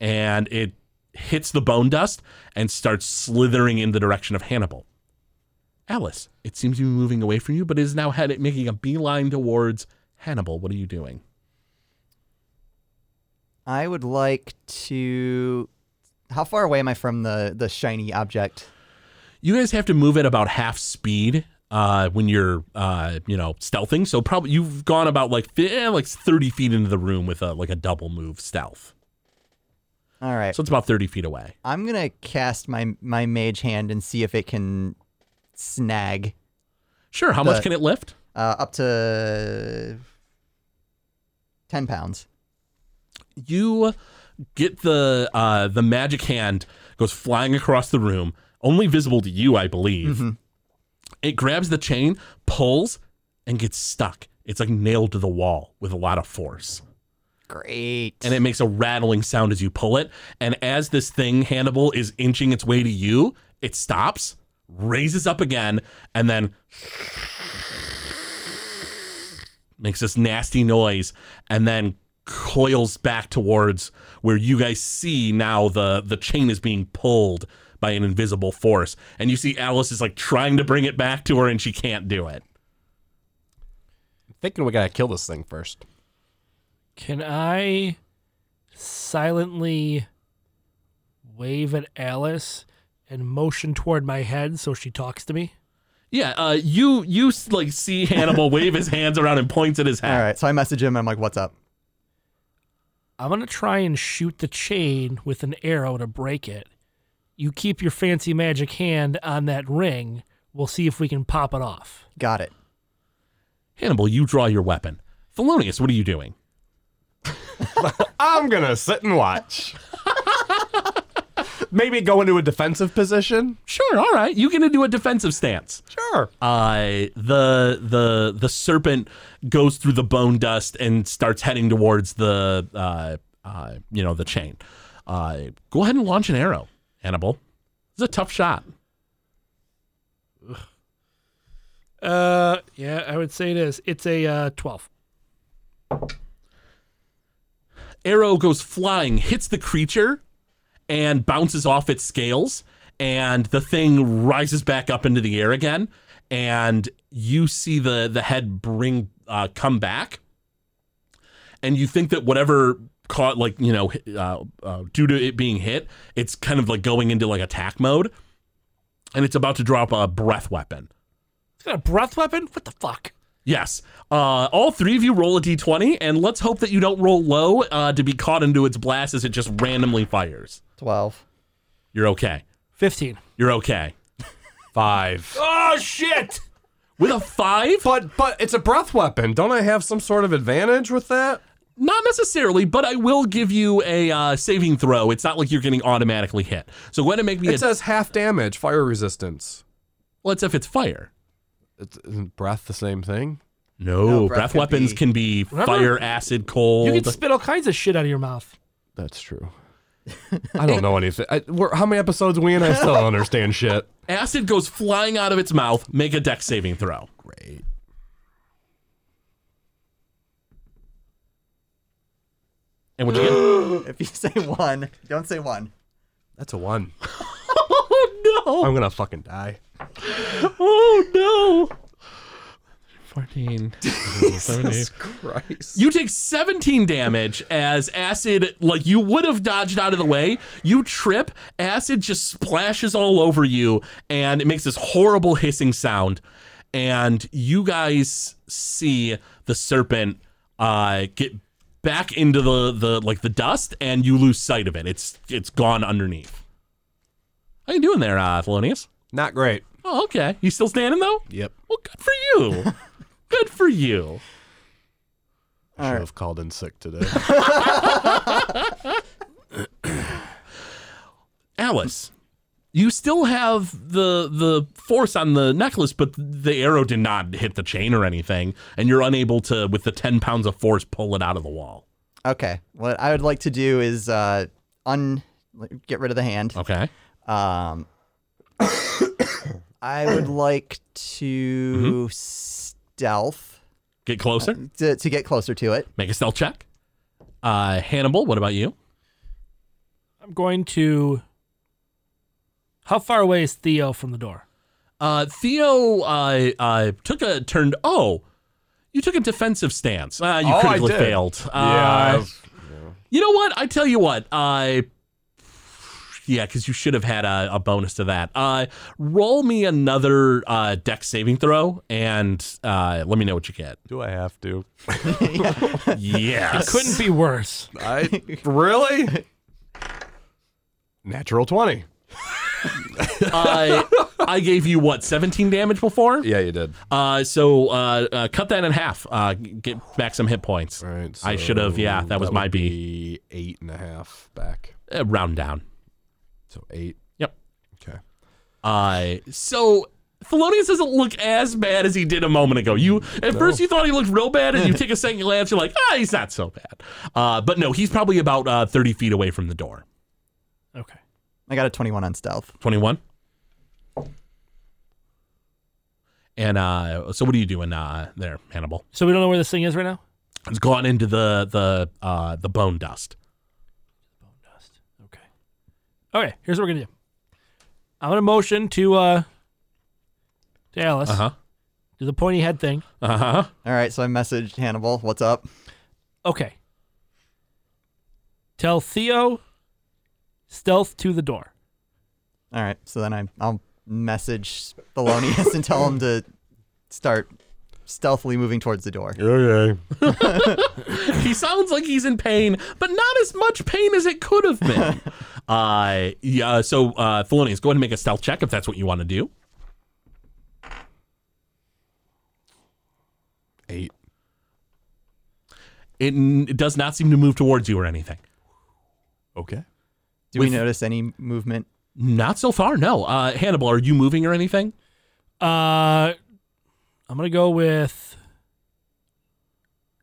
A: and it hits the bone dust and starts slithering in the direction of Hannibal. Alice, it seems to be moving away from you, but is now headed making a beeline towards Hannibal. What are you doing?
D: I would like to. How far away am I from the the shiny object?
A: You guys have to move at about half speed uh, when you're, uh, you know, stealthing. So probably you've gone about like fi- eh, like thirty feet into the room with a like a double move stealth.
D: All right.
A: So it's about thirty feet away.
D: I'm gonna cast my my mage hand and see if it can snag
A: Sure. How
D: The-
A: much can it lift?
D: uh, up to ten pounds.
A: you get the uh, the magic hand goes flying across the room, only visible to you, I believe. It grabs the chain, pulls, and gets stuck. It's like nailed to the wall with a lot of force
D: Great.
A: and it makes a rattling sound as you pull it. And as this thing, Hannibal, is inching its way to you, it stops, raises up again, and then makes this nasty noise, and then coils back towards where you guys see now the the chain is being pulled by an invisible force. And you see Alice is like trying to bring it back to her and she can't do it.
E: thinking we gotta kill this thing first.
C: Can I silently wave at Alice and motion toward my head so she talks to me?
A: Yeah, uh, you you like see Hannibal wave his hands around and points at his hat.
D: All right. So I message him. and I'm like, "What's up?"
C: I'm going to try and shoot the chain with an arrow to break it. You keep your fancy magic hand on that ring. We'll see if we can pop it off.
D: Got it.
A: Hannibal, you draw your weapon. Thelonious, what are you doing?
E: I'm gonna sit and watch. Maybe go into a defensive position.
A: Sure, all right. You get into a defensive stance.
E: Sure.
A: Uh, the the the serpent goes through the bone dust and starts heading towards the uh, uh, you know the chain. Uh, go ahead and launch an arrow, Hannibal. It's a tough shot.
C: Uh, yeah, I would say it is. It's a uh, 12.
A: arrow goes flying, hits the creature, and bounces off its scales. And the thing rises back up into the air again. And you see the the head bring uh, come back. And you think that whatever caught, like you know, uh, uh, due to it being hit, it's kind of like going into like attack mode, and it's about to drop a breath weapon.
C: It's got a breath weapon? What the fuck?
A: Yes. Uh, all three of you roll a d20, and let's hope that you don't roll low uh, to be caught into its blast as it just randomly fires.
D: Twelve.
A: You're okay.
C: 15.
A: You're okay.
E: Five.
C: Oh, shit!
A: With a five?
E: But but it's a breath weapon. Don't I have some sort of advantage with that?
A: Not necessarily, but I will give you a uh, saving throw. It's not like you're getting automatically hit. So go ahead and make me
E: It
A: a.
E: says half damage, fire resistance.
A: let's if it's fire.
E: It's, isn't breath the same thing?
A: No,
D: No,
A: breath,
D: breath could
A: weapons
D: be-
A: can be
C: Remember?
A: fire, acid, cold.
C: You can spit all kinds of shit out of your mouth.
E: That's true. I don't know anything. I, we're, how many episodes we in? I still don't understand shit.
A: acid goes flying out of its mouth. Make a dex saving throw.
E: Great.
A: And what you get?
D: If you say one, don't say one.
E: That's a one.
A: oh no!
E: I'm gonna fucking die.
A: Oh no! 14. 17.
E: Christ.
A: You take 17 damage as acid, like you would have dodged out of the way. You trip, acid just splashes all over you, and it makes this horrible hissing sound. And you guys see the serpent uh, get back into the, the like the dust, and you lose sight of it. It's it's gone underneath. How you doing there, uh, Thelonious?
E: Not great.
A: Oh, okay. You still standing though?
E: Yep.
A: Well, good for you. good for you.
E: I should have called in sick today.
A: Alice, you still have the the force on the necklace, but the arrow did not hit the chain or anything, and you're unable to, with the ten pounds of force, pull it out of the wall.
D: Okay. What I would like to do is uh, un get rid of the hand.
A: Okay.
D: Um, I would like to stealth
A: Get
E: Uh,
A: closer.
D: to, to get closer to it.
A: Make a stealth check. Uh, Hannibal, what about you?
C: I'm going to. How far away is Theo from the door?
A: Uh, Theo uh, uh, took a turned. Oh, you took a defensive stance. Uh, you
E: Oh, I
A: critically
E: did.
A: failed.
E: Yeah,
A: Uh, you know what? I tell you what. I. Yeah, because you should have had a, a bonus to that. Uh, roll me another uh, deck saving throw and uh, let me know what you get.
E: Do I have to?
A: Yes.
C: Couldn't be worse.
E: I really natural twenty.
A: I, uh, I gave you what, 17 damage before?
E: Yeah, you did.
A: Uh, so uh, uh, cut that in half. Uh, get back some hit points.
E: Right.
A: I should have. Yeah, that was my B.
E: B. Eight and a half back.
A: Uh, round down.
E: So eight.
A: Yep.
E: Okay.
A: Uh, so Thelonious doesn't look as bad as he did a moment ago. You at first you thought he looked real bad, and you take a second glance, you're like, ah, he's not so bad. Uh, but no, he's probably about uh, 30 feet away from the door.
C: Okay.
D: I got a 21 on stealth.
A: 21. And uh, so, what are you doing uh, there, Hannibal?
C: So we don't know where this thing is right now.
A: It's gone into the the uh, the bone dust.
C: Okay. Okay. Here's what we're gonna do. I'm gonna motion to uh to Alice
A: Uh huh.
C: do the pointy head thing.
A: Uh huh.
D: All right, so I messaged Hannibal. What's up?
C: Okay. Tell Theo stealth to the door.
D: All right, so then I, I'll message Thelonious and tell him to start stealthily moving towards the door.
E: Okay.
A: he sounds like he's in pain, but not as much pain as it could have been. uh, yeah. So, uh, Thelonious, go ahead and make a stealth check if that's what you want to do.
E: Eight.
A: It, n- it does not seem to move towards you or anything.
E: Okay.
D: Do we notice any movement?
A: Not so far, no. Uh, Hannibal, are you moving or anything?
C: Uh I'm gonna go with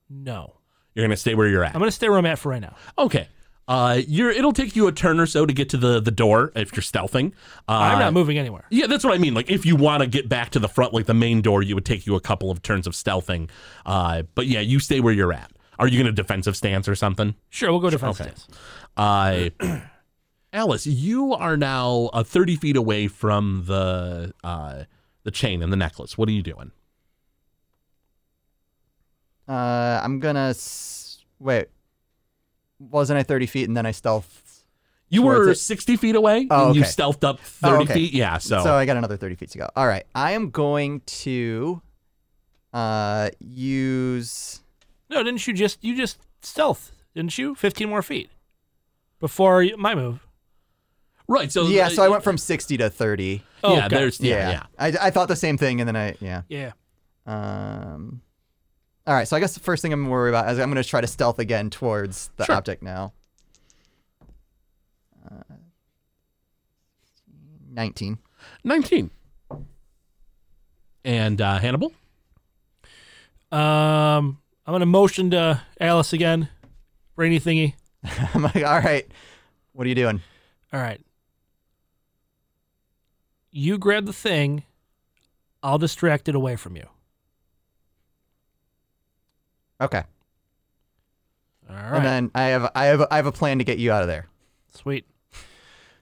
C: No.
A: You're gonna stay where you're at.
C: I'm gonna stay where I'm at for right now.
A: Okay. Uh, you're. It'll take you a turn or so to get to the the door if you're stealthing. Uh,
C: I'm not moving anywhere.
A: Yeah, that's what I mean. Like, if you want to get back to the front, like the main door, you would take you a couple of turns of stealthing. Uh, but yeah, you stay where you're at. Are you going to defensive stance or something?
C: Sure, we'll go defense
A: okay.
C: stance.
A: Uh, Alice, you are now uh, 30 feet away from the uh, the chain and the necklace. What are you doing?
D: Uh, I'm gonna s- wait. Wasn't I 30 feet and then I stealth?
A: You
D: Towards
A: were
D: it.
A: 60 feet away.
D: Oh,
A: and You
D: okay.
A: stealthed up
D: Oh,
A: 30
D: okay.
A: feet. Yeah, so.
D: I got another 30 feet to go. All right, I am going to uh use.
C: No, didn't you just you just stealth, didn't you? Fifteen more feet. Before y- my move.
A: right, so.
D: Yeah,
A: uh,
D: so I went from 60 to 30.
C: Oh,
A: yeah,
C: got it.
A: there's. Yeah, yeah.
D: I, I thought the same thing and then I yeah.
C: Yeah.
D: Um. All right, so I guess the first thing I'm worried about is I'm going to try to stealth again towards the
A: Sure.
D: object now. Uh, 19.
A: 19. And uh, Hannibal?
C: Um, I'm gonna motion to Alice again. Brainy thingy.
D: I'm like, all right, what are you doing?
C: All right. You grab the thing. I'll distract it away from you.
D: Okay.
C: All right.
D: And then I have I have I have a plan to get you out of there.
C: Sweet.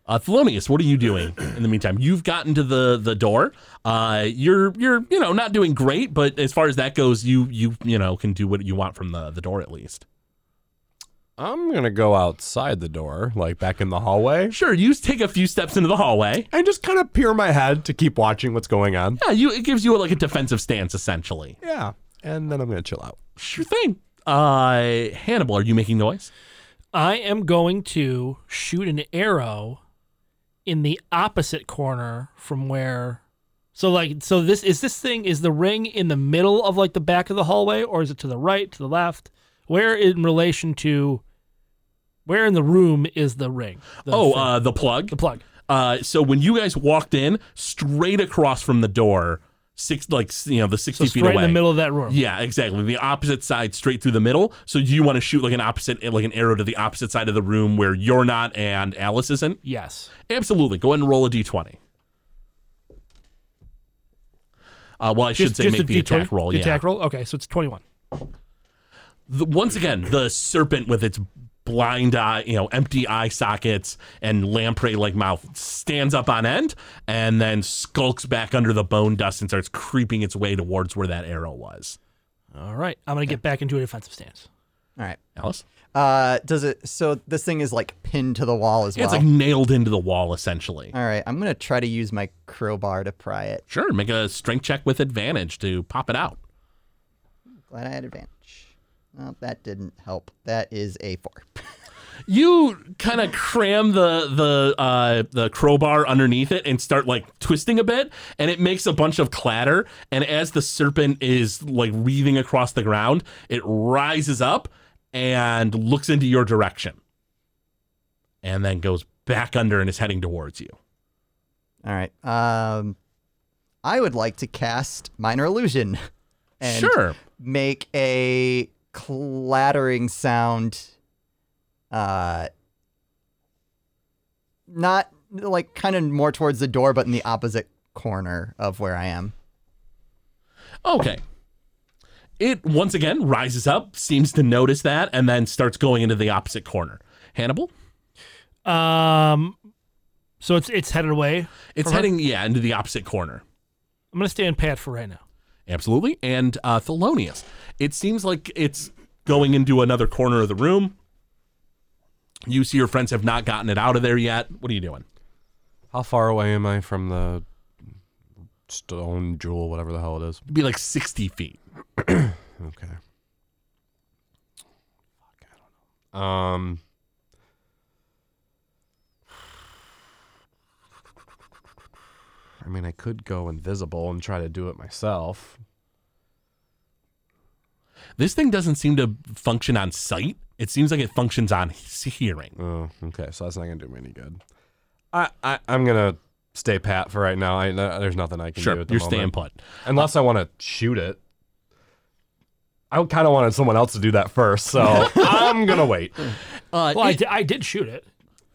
A: Uh, Thelonious, what are you doing in the meantime? You've gotten to the the door. Uh, you're you're you know not doing great, but as far as that goes, you you you know can do what you want from the the door at least.
E: I'm gonna go outside the door, like back in the hallway,
A: Sure, you take a few steps into the hallway.
E: and just kind of peer my head to keep watching what's going on.
A: Yeah, you it gives you like a defensive stance essentially.
E: Yeah. And then I'm gonna chill out.
A: Sure thing. Uh, Hannibal, are you making noise?
C: I am going to shoot an arrow in the opposite corner from where. So like, so this is this thing is the ring in the middle of like the back of the hallway, or is it to the right, to the left? Where in relation to? Where in the room is the ring? The
A: oh,
C: thing?
A: uh, the plug.
C: the plug.
A: Uh, so when you guys walked in, straight across from the door, six like s- you know the
C: So
A: sixty feet
C: straight
A: away
C: in the middle of that room.
A: Yeah, exactly. The opposite side straight through the middle. So you want to shoot like an opposite, like an arrow to the opposite side of the room where you're not and Alice isn't?
C: Yes.
A: Absolutely. Go ahead and roll a d20. Uh, well, I should say make
C: a
A: the
C: D20
A: attack roll.
C: the
A: yeah.
C: Attack roll. Okay, so it's twenty-one.
A: The- once again, the serpent with its blind eye, you know, empty eye sockets and lamprey like mouth, stands up on end and then skulks back under the bone dust and starts creeping its way towards where that arrow was.
C: All right, I'm gonna get back into a defensive stance.
D: All right.
A: Alice?
D: Uh, does it? So this thing is like pinned to the wall as
A: Yeah,
D: well.
A: It's like nailed into the wall essentially.
D: All right. I'm gonna try to use my crowbar to pry it.
A: Sure, make a strength check with advantage to pop it out.
D: Glad I had advantage. Well, that didn't help. That is a four.
A: you kind of cram the the uh, the crowbar underneath it and start like twisting a bit, and it makes a bunch of clatter. And as the serpent is like weaving across the ground, it rises up and looks into your direction, and then goes back under and is heading towards you.
D: All right. Um, I would like to cast minor illusion. And
A: sure,
D: Make a clattering sound. Uh, not like kind of more towards the door, but in the opposite corner of where I am.
A: Okay. It once again rises up, seems to notice that, and then starts going into the opposite corner. Hannibal,
C: Um, so it's it's headed away.
A: it's
C: Uh-huh.
A: heading yeah into the opposite corner.
C: I'm gonna stand pat for right now.
A: Absolutely. And uh, Thelonious. It seems like it's going into another corner of the room. You see your friends have not gotten it out of there yet. What are you doing?
E: How far away am I from the stone jewel, whatever the hell it is?
A: It'd be like 60 feet.
E: Okay. Fuck, I don't know. Um. I mean, I could go invisible and try to do it myself.
A: This thing doesn't seem to function on sight. It seems like it functions on s- hearing.
E: Oh, okay. So that's not gonna do me any good. I, I I'm gonna stay pat for right now. I no- there's nothing I can
A: Sure,
E: do at the
A: you're
E: moment.
A: staying put.
E: Unless I want to shoot it. I kind of wanted someone else to do that first, so I'm gonna wait.
A: Uh,
C: Well, I
A: it,
C: did, I did shoot it.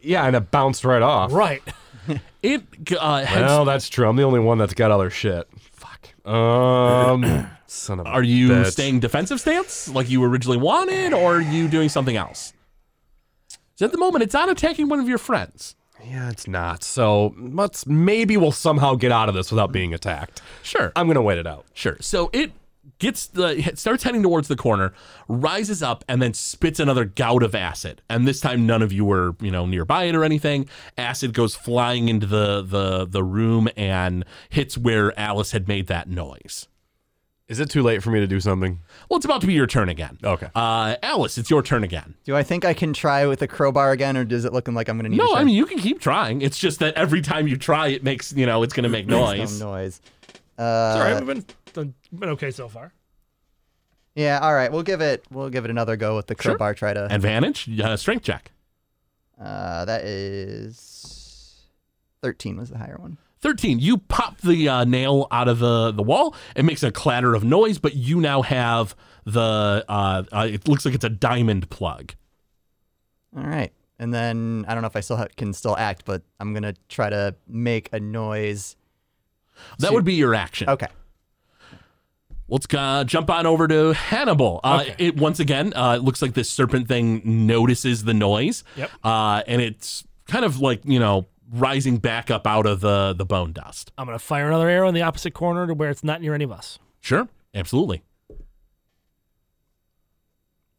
E: Yeah, and it bounced right off.
C: Right.
A: it, uh, heads-
E: Well, that's true. I'm the only one that's got other shit. Fuck. Um, son of. a
A: are you
E: bitch.
A: staying defensive stance like you originally wanted, or are you doing something else? So at the moment, it's not attacking one of your friends.
E: Yeah, it's not. So let's maybe we'll somehow get out of this without being attacked.
A: Sure.
E: I'm gonna wait it out.
A: Sure. So it gets the it starts heading towards the corner, rises up, and then spits another gout of acid. And this time, none of you were you know nearby it or anything. Acid goes flying into the the the room and hits where Alice had made that noise.
E: Is it too late for me to do something?
A: Well, it's about to be your turn again.
E: Okay.
A: Uh, Alice, it's your turn again.
D: Do I think I can try with a crowbar again, or does it looking like I'm gonna need? to
A: No,
D: try
A: I mean you can keep trying. It's just that every time you try, it makes you know it's going to make
D: some
A: noise.
D: noise? Uh,
C: Sorry, I've been done- been okay so far.
D: Yeah, all right. We'll give it. We'll give it another go with the
A: Sure.
D: crowbar. Try to.
A: Advantage, uh, strength check.
D: Uh, that is thirteen was the higher one.
A: 13 you pop the uh, nail out of the, the wall it makes a clatter of noise but you now have the uh, uh, it looks like it's a diamond plug
D: All right, and then I don't know if I still ha- can still act, but I'm gonna try to make a noise.
A: that would be your action
D: Okay.
A: let's uh, jump on over to hannibal uh, it once again uh, it looks like this serpent thing notices the noise
C: Yep.
A: uh, and it's kind of like you know rising back up out of the the bone dust
C: I'm gonna fire another arrow in the opposite corner to where it's not near any of us.
A: sure absolutely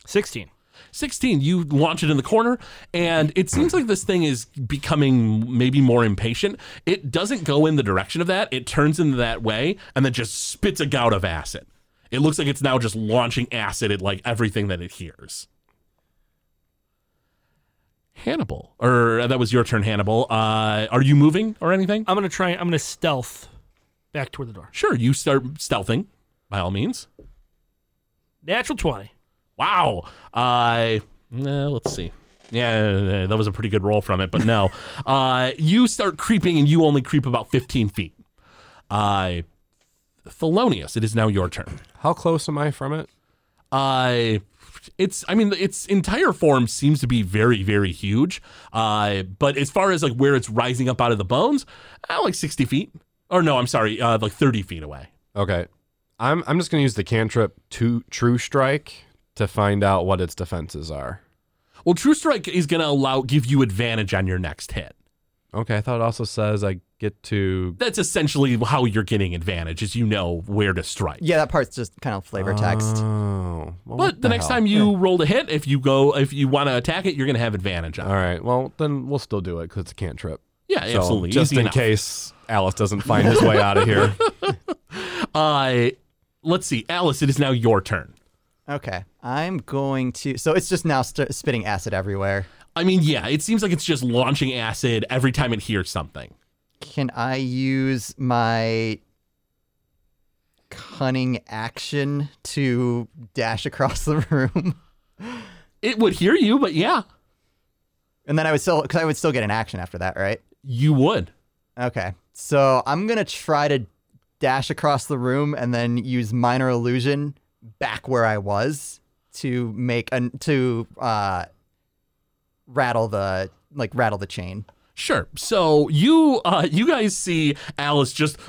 C: 16.
A: 16 you launch it in the corner and it seems like this thing is becoming maybe more impatient it doesn't go in the direction of that it turns into that way and then just spits a gout of acid it looks like it's now just launching acid at like everything that it hears hannibal or uh, that was your turn hannibal uh, are you moving or anything
C: I'm gonna try. I'm gonna stealth back toward the door.
A: sure you start stealthing by all means
C: Natural 20.
A: Wow. Uh, no, let's see. Yeah, that was a pretty good roll from it, but no. uh, you start creeping, and you only creep about 15 feet. Uh, Thelonious, it is now your turn.
E: How close am I from it?
A: Uh, it's, I mean, its entire form seems to be very, very huge. Uh, but as far as like where it's rising up out of the bones, uh, like 60 feet. Or no, I'm sorry, uh, like 30 feet away.
E: Okay. I'm I'm just gonna use the cantrip to true strike to find out what its defenses are.
A: Well, True Strike is going to allow give you advantage on your next hit.
E: Okay, I thought it also says I get to.
A: That's essentially how you're getting advantage, is you know where to strike.
D: Yeah, that part's just kind of flavor text.
E: Oh, well, what
A: But the, next
E: hell?
A: time you roll a hit, if you go, if you want to attack it, you're going to have advantage on.
E: All
A: it.
E: right, well then we'll still do it because it's a cantrip.
A: Yeah,
E: So,
A: absolutely.
E: Just
A: Easy
E: in
A: enough.
E: case Alice doesn't find his way out of here.
A: Uh, let's see, Alice. It is now your turn.
D: Okay, I'm going to. So it's just now st- spitting acid everywhere.
A: I mean, yeah, it seems like it's just launching acid every time it hears something.
D: Can I use my cunning action to dash across the room?
A: It would hear you, but yeah,
D: and then I would still, because I would still get an action after that, right?
A: you would.
D: Okay. So I'm going to try to dash across the room and then use minor illusion back where I was to make an to uh rattle the like rattle the chain.
A: Sure. So you uh, you guys see Alice just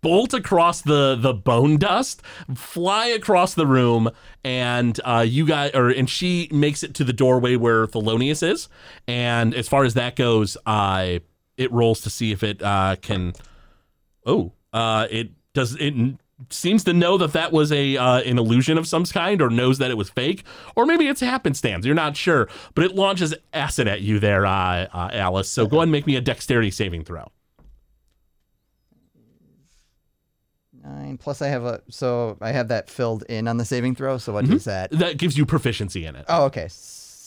A: bolt across the the bone dust, fly across the room, and uh, you guys or and she makes it to the doorway where Thelonious is. And as far as that goes, uh, it rolls to see if it uh, can. Oh, uh, it does. It n- seems to know that that was a uh, an illusion of some kind, or knows that it was fake, or maybe it's happenstance. You're not sure, but it launches acid at you there, uh, uh, Alice. So go ahead and make me a dexterity saving throw.
D: 9 plus I have a so I have that filled in on the saving throw, so
A: Mm-hmm.
D: what does that?
A: That gives you proficiency in it.
D: Oh, okay.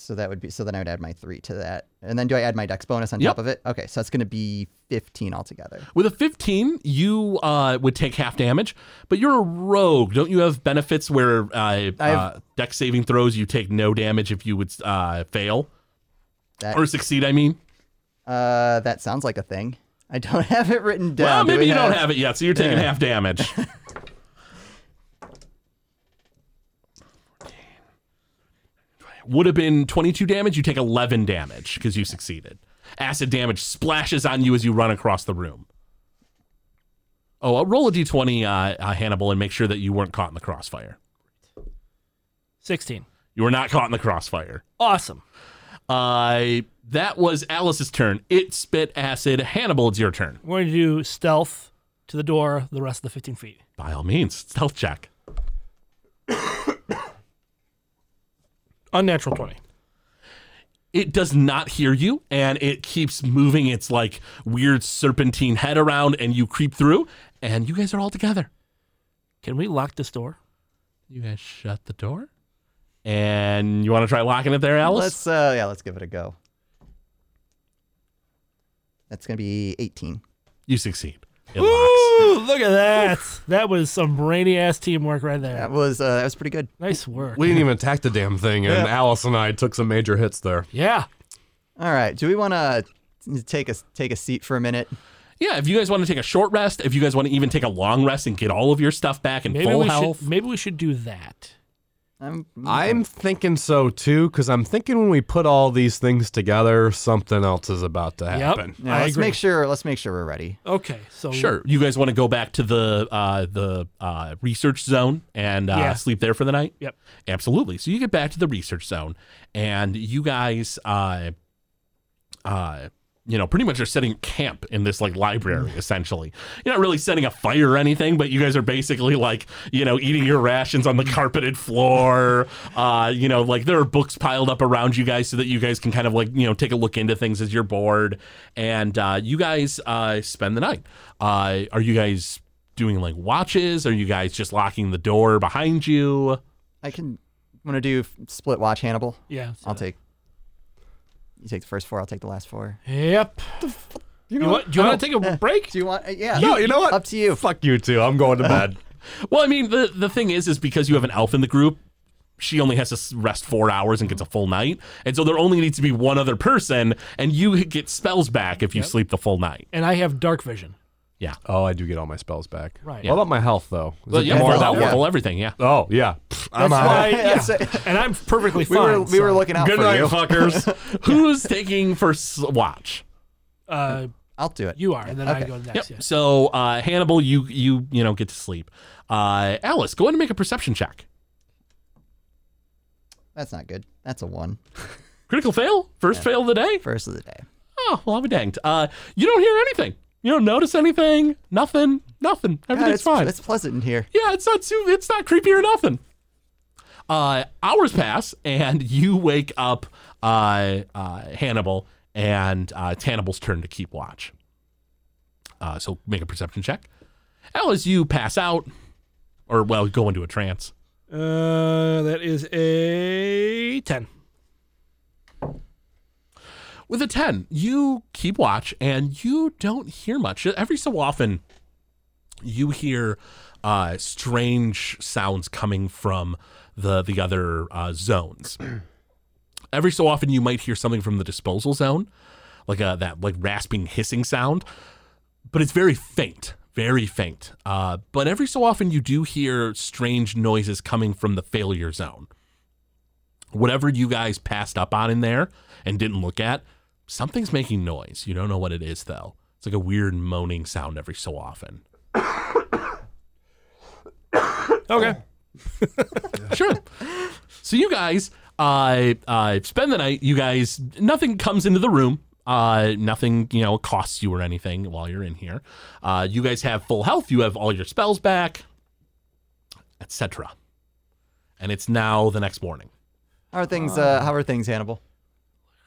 D: So that would be so then I would add my 3 to that. And then do I add my dex bonus on
A: Yep.
D: top of it? Okay, so that's going to be 15 altogether.
A: With a 15, you uh, would take half damage, but you're a rogue. Don't you have benefits where uh, uh, dex saving throws you take no damage if you would uh, fail
D: That
A: or succeed? I mean,
D: uh that sounds like a thing. I don't have it written down.
A: well,
D: Do
A: maybe
D: we
A: you don't have it yet, so you're taking half damage. would have been 22 damage. You take 11 damage because you succeeded. Acid damage splashes on you as you run across the room. Oh, I'll roll a d20, uh, uh, Hannibal, and make sure that you weren't caught in the crossfire.
C: 16.
A: You were not caught in the crossfire.
C: Awesome.
A: Uh, that was Alice's turn. It spit acid. Hannibal, it's your turn.
C: We're going to do stealth to the door the rest of the 15 feet.
A: By all means, stealth check.
C: Unnatural 20.
A: it does not hear you and it keeps moving its like weird serpentine head around and you creep through and you guys are all together
C: Can we lock this door?
A: you guys shut the door and you want to try locking it there alice
D: Let's uh yeah, let's give it a go. That's gonna be eighteen.
A: you succeed it locks
C: Ooh, look at that. that was some brainy ass teamwork right there.
D: That was uh that was pretty good.
C: Nice work.
E: We didn't even attack the damn thing, and Alice and I took some major hits there.
C: yeah.
D: All right. Do we wanna take a take a seat for a minute?
A: yeah if you guys want to take a short rest if you guys want to even take a long rest and get all of your stuff back and
C: Maybe
A: full
C: we,
A: health
C: should, maybe we should do that.
D: I'm
E: I'm thinking so too, because I'm thinking when we put all these things together, something else is about to happen.
D: yeah,
C: I
D: let's
C: agree.
D: make sure let's make sure we're ready.
C: Okay. So
A: sure you guys want to go back to the uh the uh research zone and uh
C: Yeah.
A: sleep there for the night
C: Yep.
A: Absolutely. So you get back to the research zone, and you guys, uh, uh, you know, pretty much are setting camp in this like library. Essentially, you're not really setting a fire or anything, but you guys are basically like, you know, eating your rations on the carpeted floor. Uh, you know, like there are books piled up around you guys so that you guys can kind of like, you know, take a look into things as you're bored, and uh, you guys uh, spend the night. Uh, are you guys? Doing like watches? Are you guys just locking the door behind you?
D: I can wanna do f- split watch Hannibal.
C: Yeah. so-
D: I'll take you take the first four, I'll take the last four.
C: Yep.
E: You
C: You Oh. want, do you want to take a break?
D: Do you want uh, yeah.
E: No, you know what?
D: Up to you.
E: Fuck you two. I'm going to bed.
A: Well, I mean, the the thing is, is because you have an elf in the group, she only has to s- rest four hours and gets a full night, and so there only needs to be one other person, and you get spells back if you sleep the full night.
C: And I have dark vision.
E: oh, I do get all my spells back.
C: Right.
E: What about my health though? Is
A: But
E: it
A: yeah,
E: the
A: more
E: health?
A: about
D: yeah.
A: level everything. Yeah.
E: Oh yeah. Pfft, I'm
C: That's
E: out.
C: why-
D: That's
C: yeah.
D: it.
C: and I'm perfectly
D: We
C: fine.
D: were we
C: so,
D: were looking out
E: Good
D: for
E: night,
D: you.
E: fuckers.
A: Who's taking first watch?
C: Uh,
D: I'll do it.
C: you are, and then I
D: Okay.
C: go next.
A: Yep.
C: yeah.
A: So uh, Hannibal, you you you know get to sleep. Uh, Alice, go ahead and make a perception check.
D: That's not good. That's a one.
A: Critical fail? First fail of the day?
D: First of the day.
A: Oh, well, I'll be danged. Uh, you don't hear anything. You don't notice anything. Nothing. Nothing.
D: God,
A: Everything's
D: it's,
A: fine.
D: it's pleasant in here.
A: Yeah, it's not too, it's not creepy or nothing. Uh, hours pass and you wake up uh, uh, Hannibal, and uh, it's Hannibal's turn to keep watch. Uh, so make a perception check. Now, as you pass out, or well, go into a trance.
C: Uh, that is a ten.
A: with a 10 you keep watch and you don't hear much every so often you hear uh, strange sounds coming from the the other uh, zones every so often you might hear something from the disposal zone like a, that like rasping hissing sound but it's very faint very faint uh, but every so often you do hear strange noises coming from the failure zone whatever you guys passed up on in there and didn't look at, something's making noise. You don't know what it is though. It's like a weird moaning sound every so often.
C: Okay.
A: sure. So you guys, uh, uh, spend the night. You guys, nothing comes into the room. Uh, nothing, you know, costs you or anything while you're in here. Uh, you guys have full health. You have all your spells back, etc. And it's now the next morning.
D: How are things? Uh, how are things, Hannibal?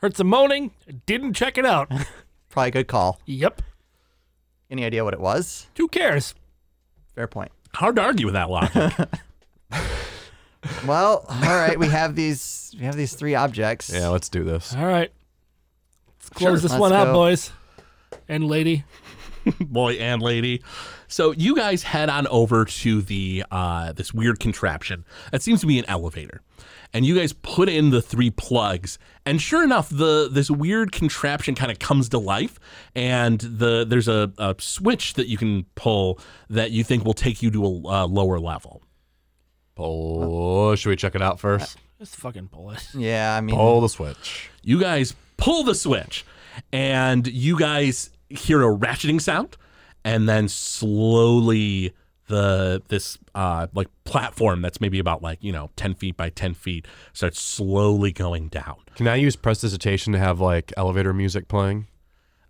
C: Heard some moaning. Didn't check it out.
D: Probably a good call.
C: yep.
D: Any idea what it was?
C: Who cares?
D: Fair point.
A: Hard to argue with that logic.
D: Well, all right. We have these. We have these three objects.
E: Yeah, let's do this.
C: All right. Let's close this
D: let's
C: one out,
D: go.
C: boys and lady.
A: boy and lady. So you guys head on over to the uh, this weird contraption that seems to be an elevator, and you guys put in the three plugs, and sure enough, the this weird contraption kind of comes to life, and the there's a, a switch that you can pull that you think will take you to a uh, lower level.
E: Oh, should we check it out first?
C: Just fucking pull it.
D: Yeah. I mean,
E: Pull the switch.
A: You guys pull the switch, and you guys hear a ratcheting sound, and then slowly the this uh, like platform that's maybe about like you know ten feet by ten feet starts slowly going down.
E: Can I use prestidigitation to have like elevator music playing?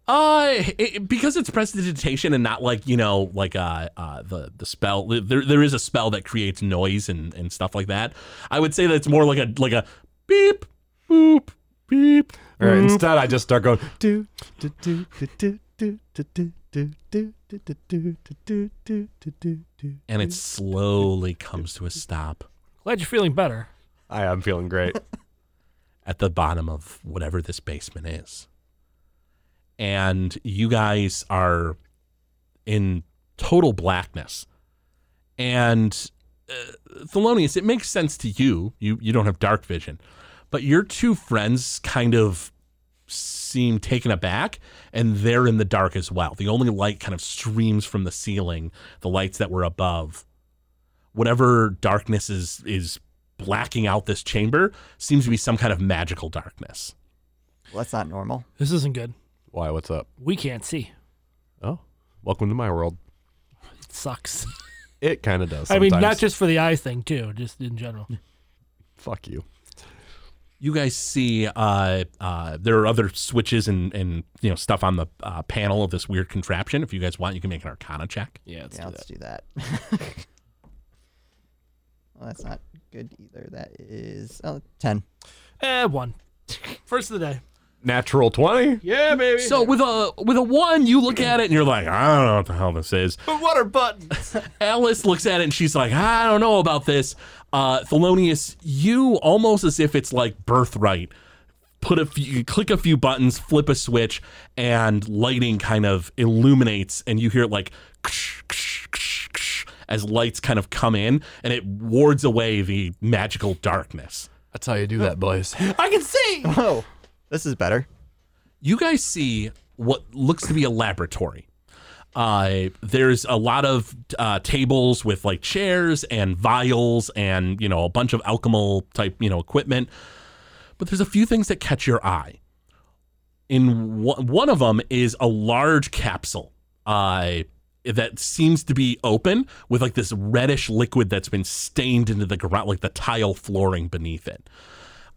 A: Uh, it, it- because it's prestidigitation and not like you know like uh, uh the the spell. There there is a spell that creates noise and and stuff like that. I would say that it's more like a like a beep boop beep
E: Or
C: Mm-hmm.
E: instead, I just start going.
F: do do do do do do do do do do do do do do do do do do
A: and it slowly comes to a stop.
C: Glad you're feeling better.
E: I am feeling great.
A: at the bottom of whatever this basement is. And you guys are in total blackness. And uh, Thelonious, it makes sense to you. You you don't have dark vision, but your two friends kind of seem taken aback, and they're in the dark as well. The only light kind of streams from the ceiling, the lights that were above. Whatever darkness is is blacking out this chamber seems to be some kind of magical darkness.
D: well, that's not normal.
C: This isn't good.
E: Why? What's up?
C: We can't see.
E: Oh, welcome to my world.
C: It sucks.
E: It kind of does.
C: I mean, not
E: sometimes.
C: just for the eyes thing too, just in general.
E: Fuck you.
A: you guys see uh, uh, there are other switches and, and you know stuff on the uh, panel of this weird contraption. If you guys want, you can make an Arcana check.
C: Yeah, it's
D: yeah, let's do that. well, that's not good either. That is oh, 10.
C: Eh, one. First of the day.
E: Natural twenty.
C: Yeah, baby.
A: So with a with a one, you look at it and you're like, I don't know what the hell this is.
D: But what are buttons?
A: Alice looks at it and she's like, I don't know about this. Uh, Thelonious, you almost as if it's like birthright. Put a few, click a few buttons, flip a switch, and lighting kind of illuminates, and you hear it like ksh, ksh, ksh, ksh, as lights kind of come in, and it wards away the magical darkness.
E: That's how you do that, boys.
C: I can see.
D: Whoa. This is better.
A: you guys see what looks to be a laboratory. Uh, there's a lot of uh, tables with like chairs and vials and you know a bunch of alchemical type you know equipment, but there's a few things that catch your eye. In one, one of them is a large capsule uh, that seems to be open with like this reddish liquid that's been stained into the ground, like the tile flooring beneath it.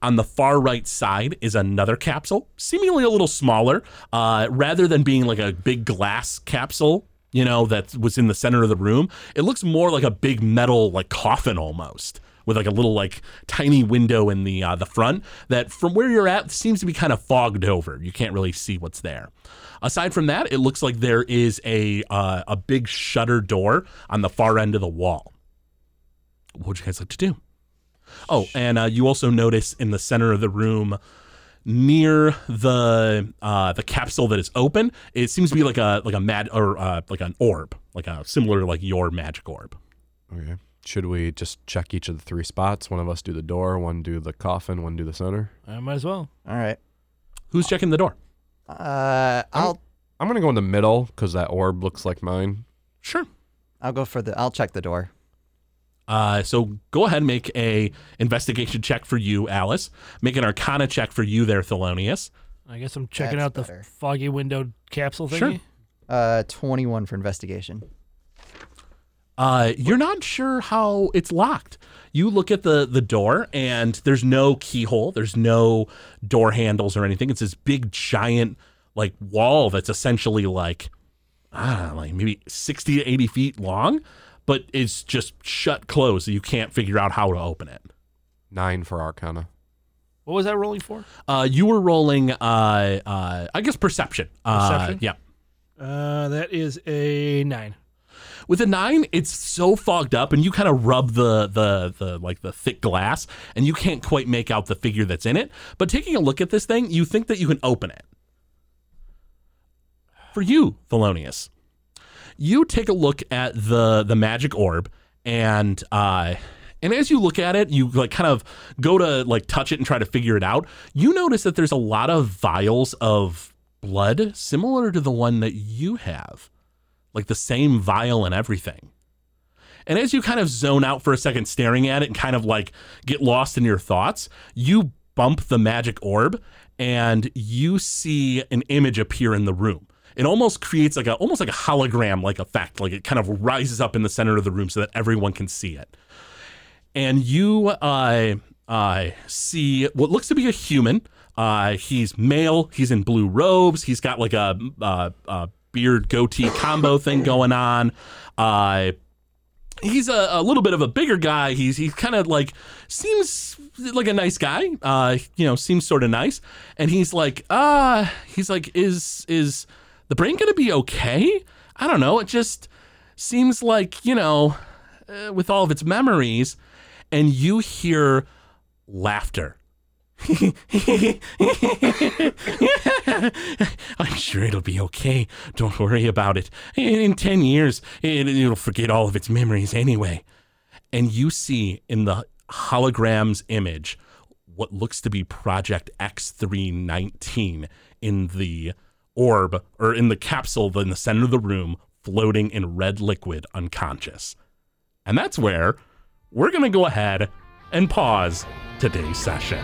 A: On the far right side is another capsule, seemingly a little smaller. Uh, rather than being like a big glass capsule, you know, that was in the center of the room, it looks more like a big metal like coffin almost. With like a little like tiny window in the uh, the front that from where you're at seems to be kind of fogged over. You can't really see what's there. Aside from that, it looks like there is a uh, a big shutter door on the far end of the wall. What would you guys like to do? Oh, and uh, you also notice in the center of the room, near the uh, the capsule that is open, it seems to be like a like a mad or uh, like an orb, like a similar like your magic orb.
E: Okay. Should we just check each of the three spots? One of us do the door, one do the coffin, one do the center.
C: I might as well.
D: All right.
A: Who's checking the door?
D: Uh, I'll
E: I'm gonna go in the middle because that orb looks like mine.
A: Sure.
D: I'll go for the. I'll check the door.
A: Uh, so go ahead and make a investigation check for you, Alice. Make an Arcana check for you there, Thelonious.
C: I guess I'm checking
D: That's
C: out the
D: better.
C: foggy window capsule thingy.
A: Sure.
D: Uh, 21 for investigation.
A: Uh, you're not sure how it's locked. You look at the the door, and there's no keyhole, there's no door handles or anything. It's this big giant like wall that's essentially like I don't know, like maybe sixty to eighty feet long, but it's just shut closed, so you can't figure out how to open it.
E: Nine for Arcana.
C: What was that rolling for?
A: Uh, you were rolling, uh, uh, I guess, perception. Uh,
C: Perception?
A: yeah.
C: Uh, that is a nine.
A: With a nine, it's so fogged up, and you kind of rub the the the like the thick glass, and you can't quite make out the figure that's in it. But taking a look at this thing, you think that you can open it. For you, Thelonious, you take a look at the the magic orb, and uh, and as you look at it, you like kind of go to like touch it and try to figure it out. You notice that there's a lot of vials of blood, similar to the one that you have like the same vial and everything. And as you kind of zone out for a second, staring at it and kind of like get lost in your thoughts, you bump the magic orb and you see an image appear in the room. It almost creates like a almost like a hologram like effect, like it kind of rises up in the center of the room so that everyone can see it and you uh, uh, see what looks to be a human. Uh, he's male. He's in blue robes. He's got like a, uh uh beard goatee combo thing going on. Uh, he's a, a little bit of a bigger guy. He's he's kind of like seems like a nice guy. Uh, you know, seems sort of nice. And he's like, uh, he's like, is is the brain gonna be okay? I don't know. It just seems like you know uh, with all of its memories, and you hear laughter. I'm sure it'll be okay. Don't worry about it. In, in 10 years, it, it'll forget all of its memories anyway. And you see in the hologram's image what looks to be Project X319 in the orb or in the capsule in the center of the room, floating in red liquid, unconscious. And that's where we're going to go ahead and pause today's session.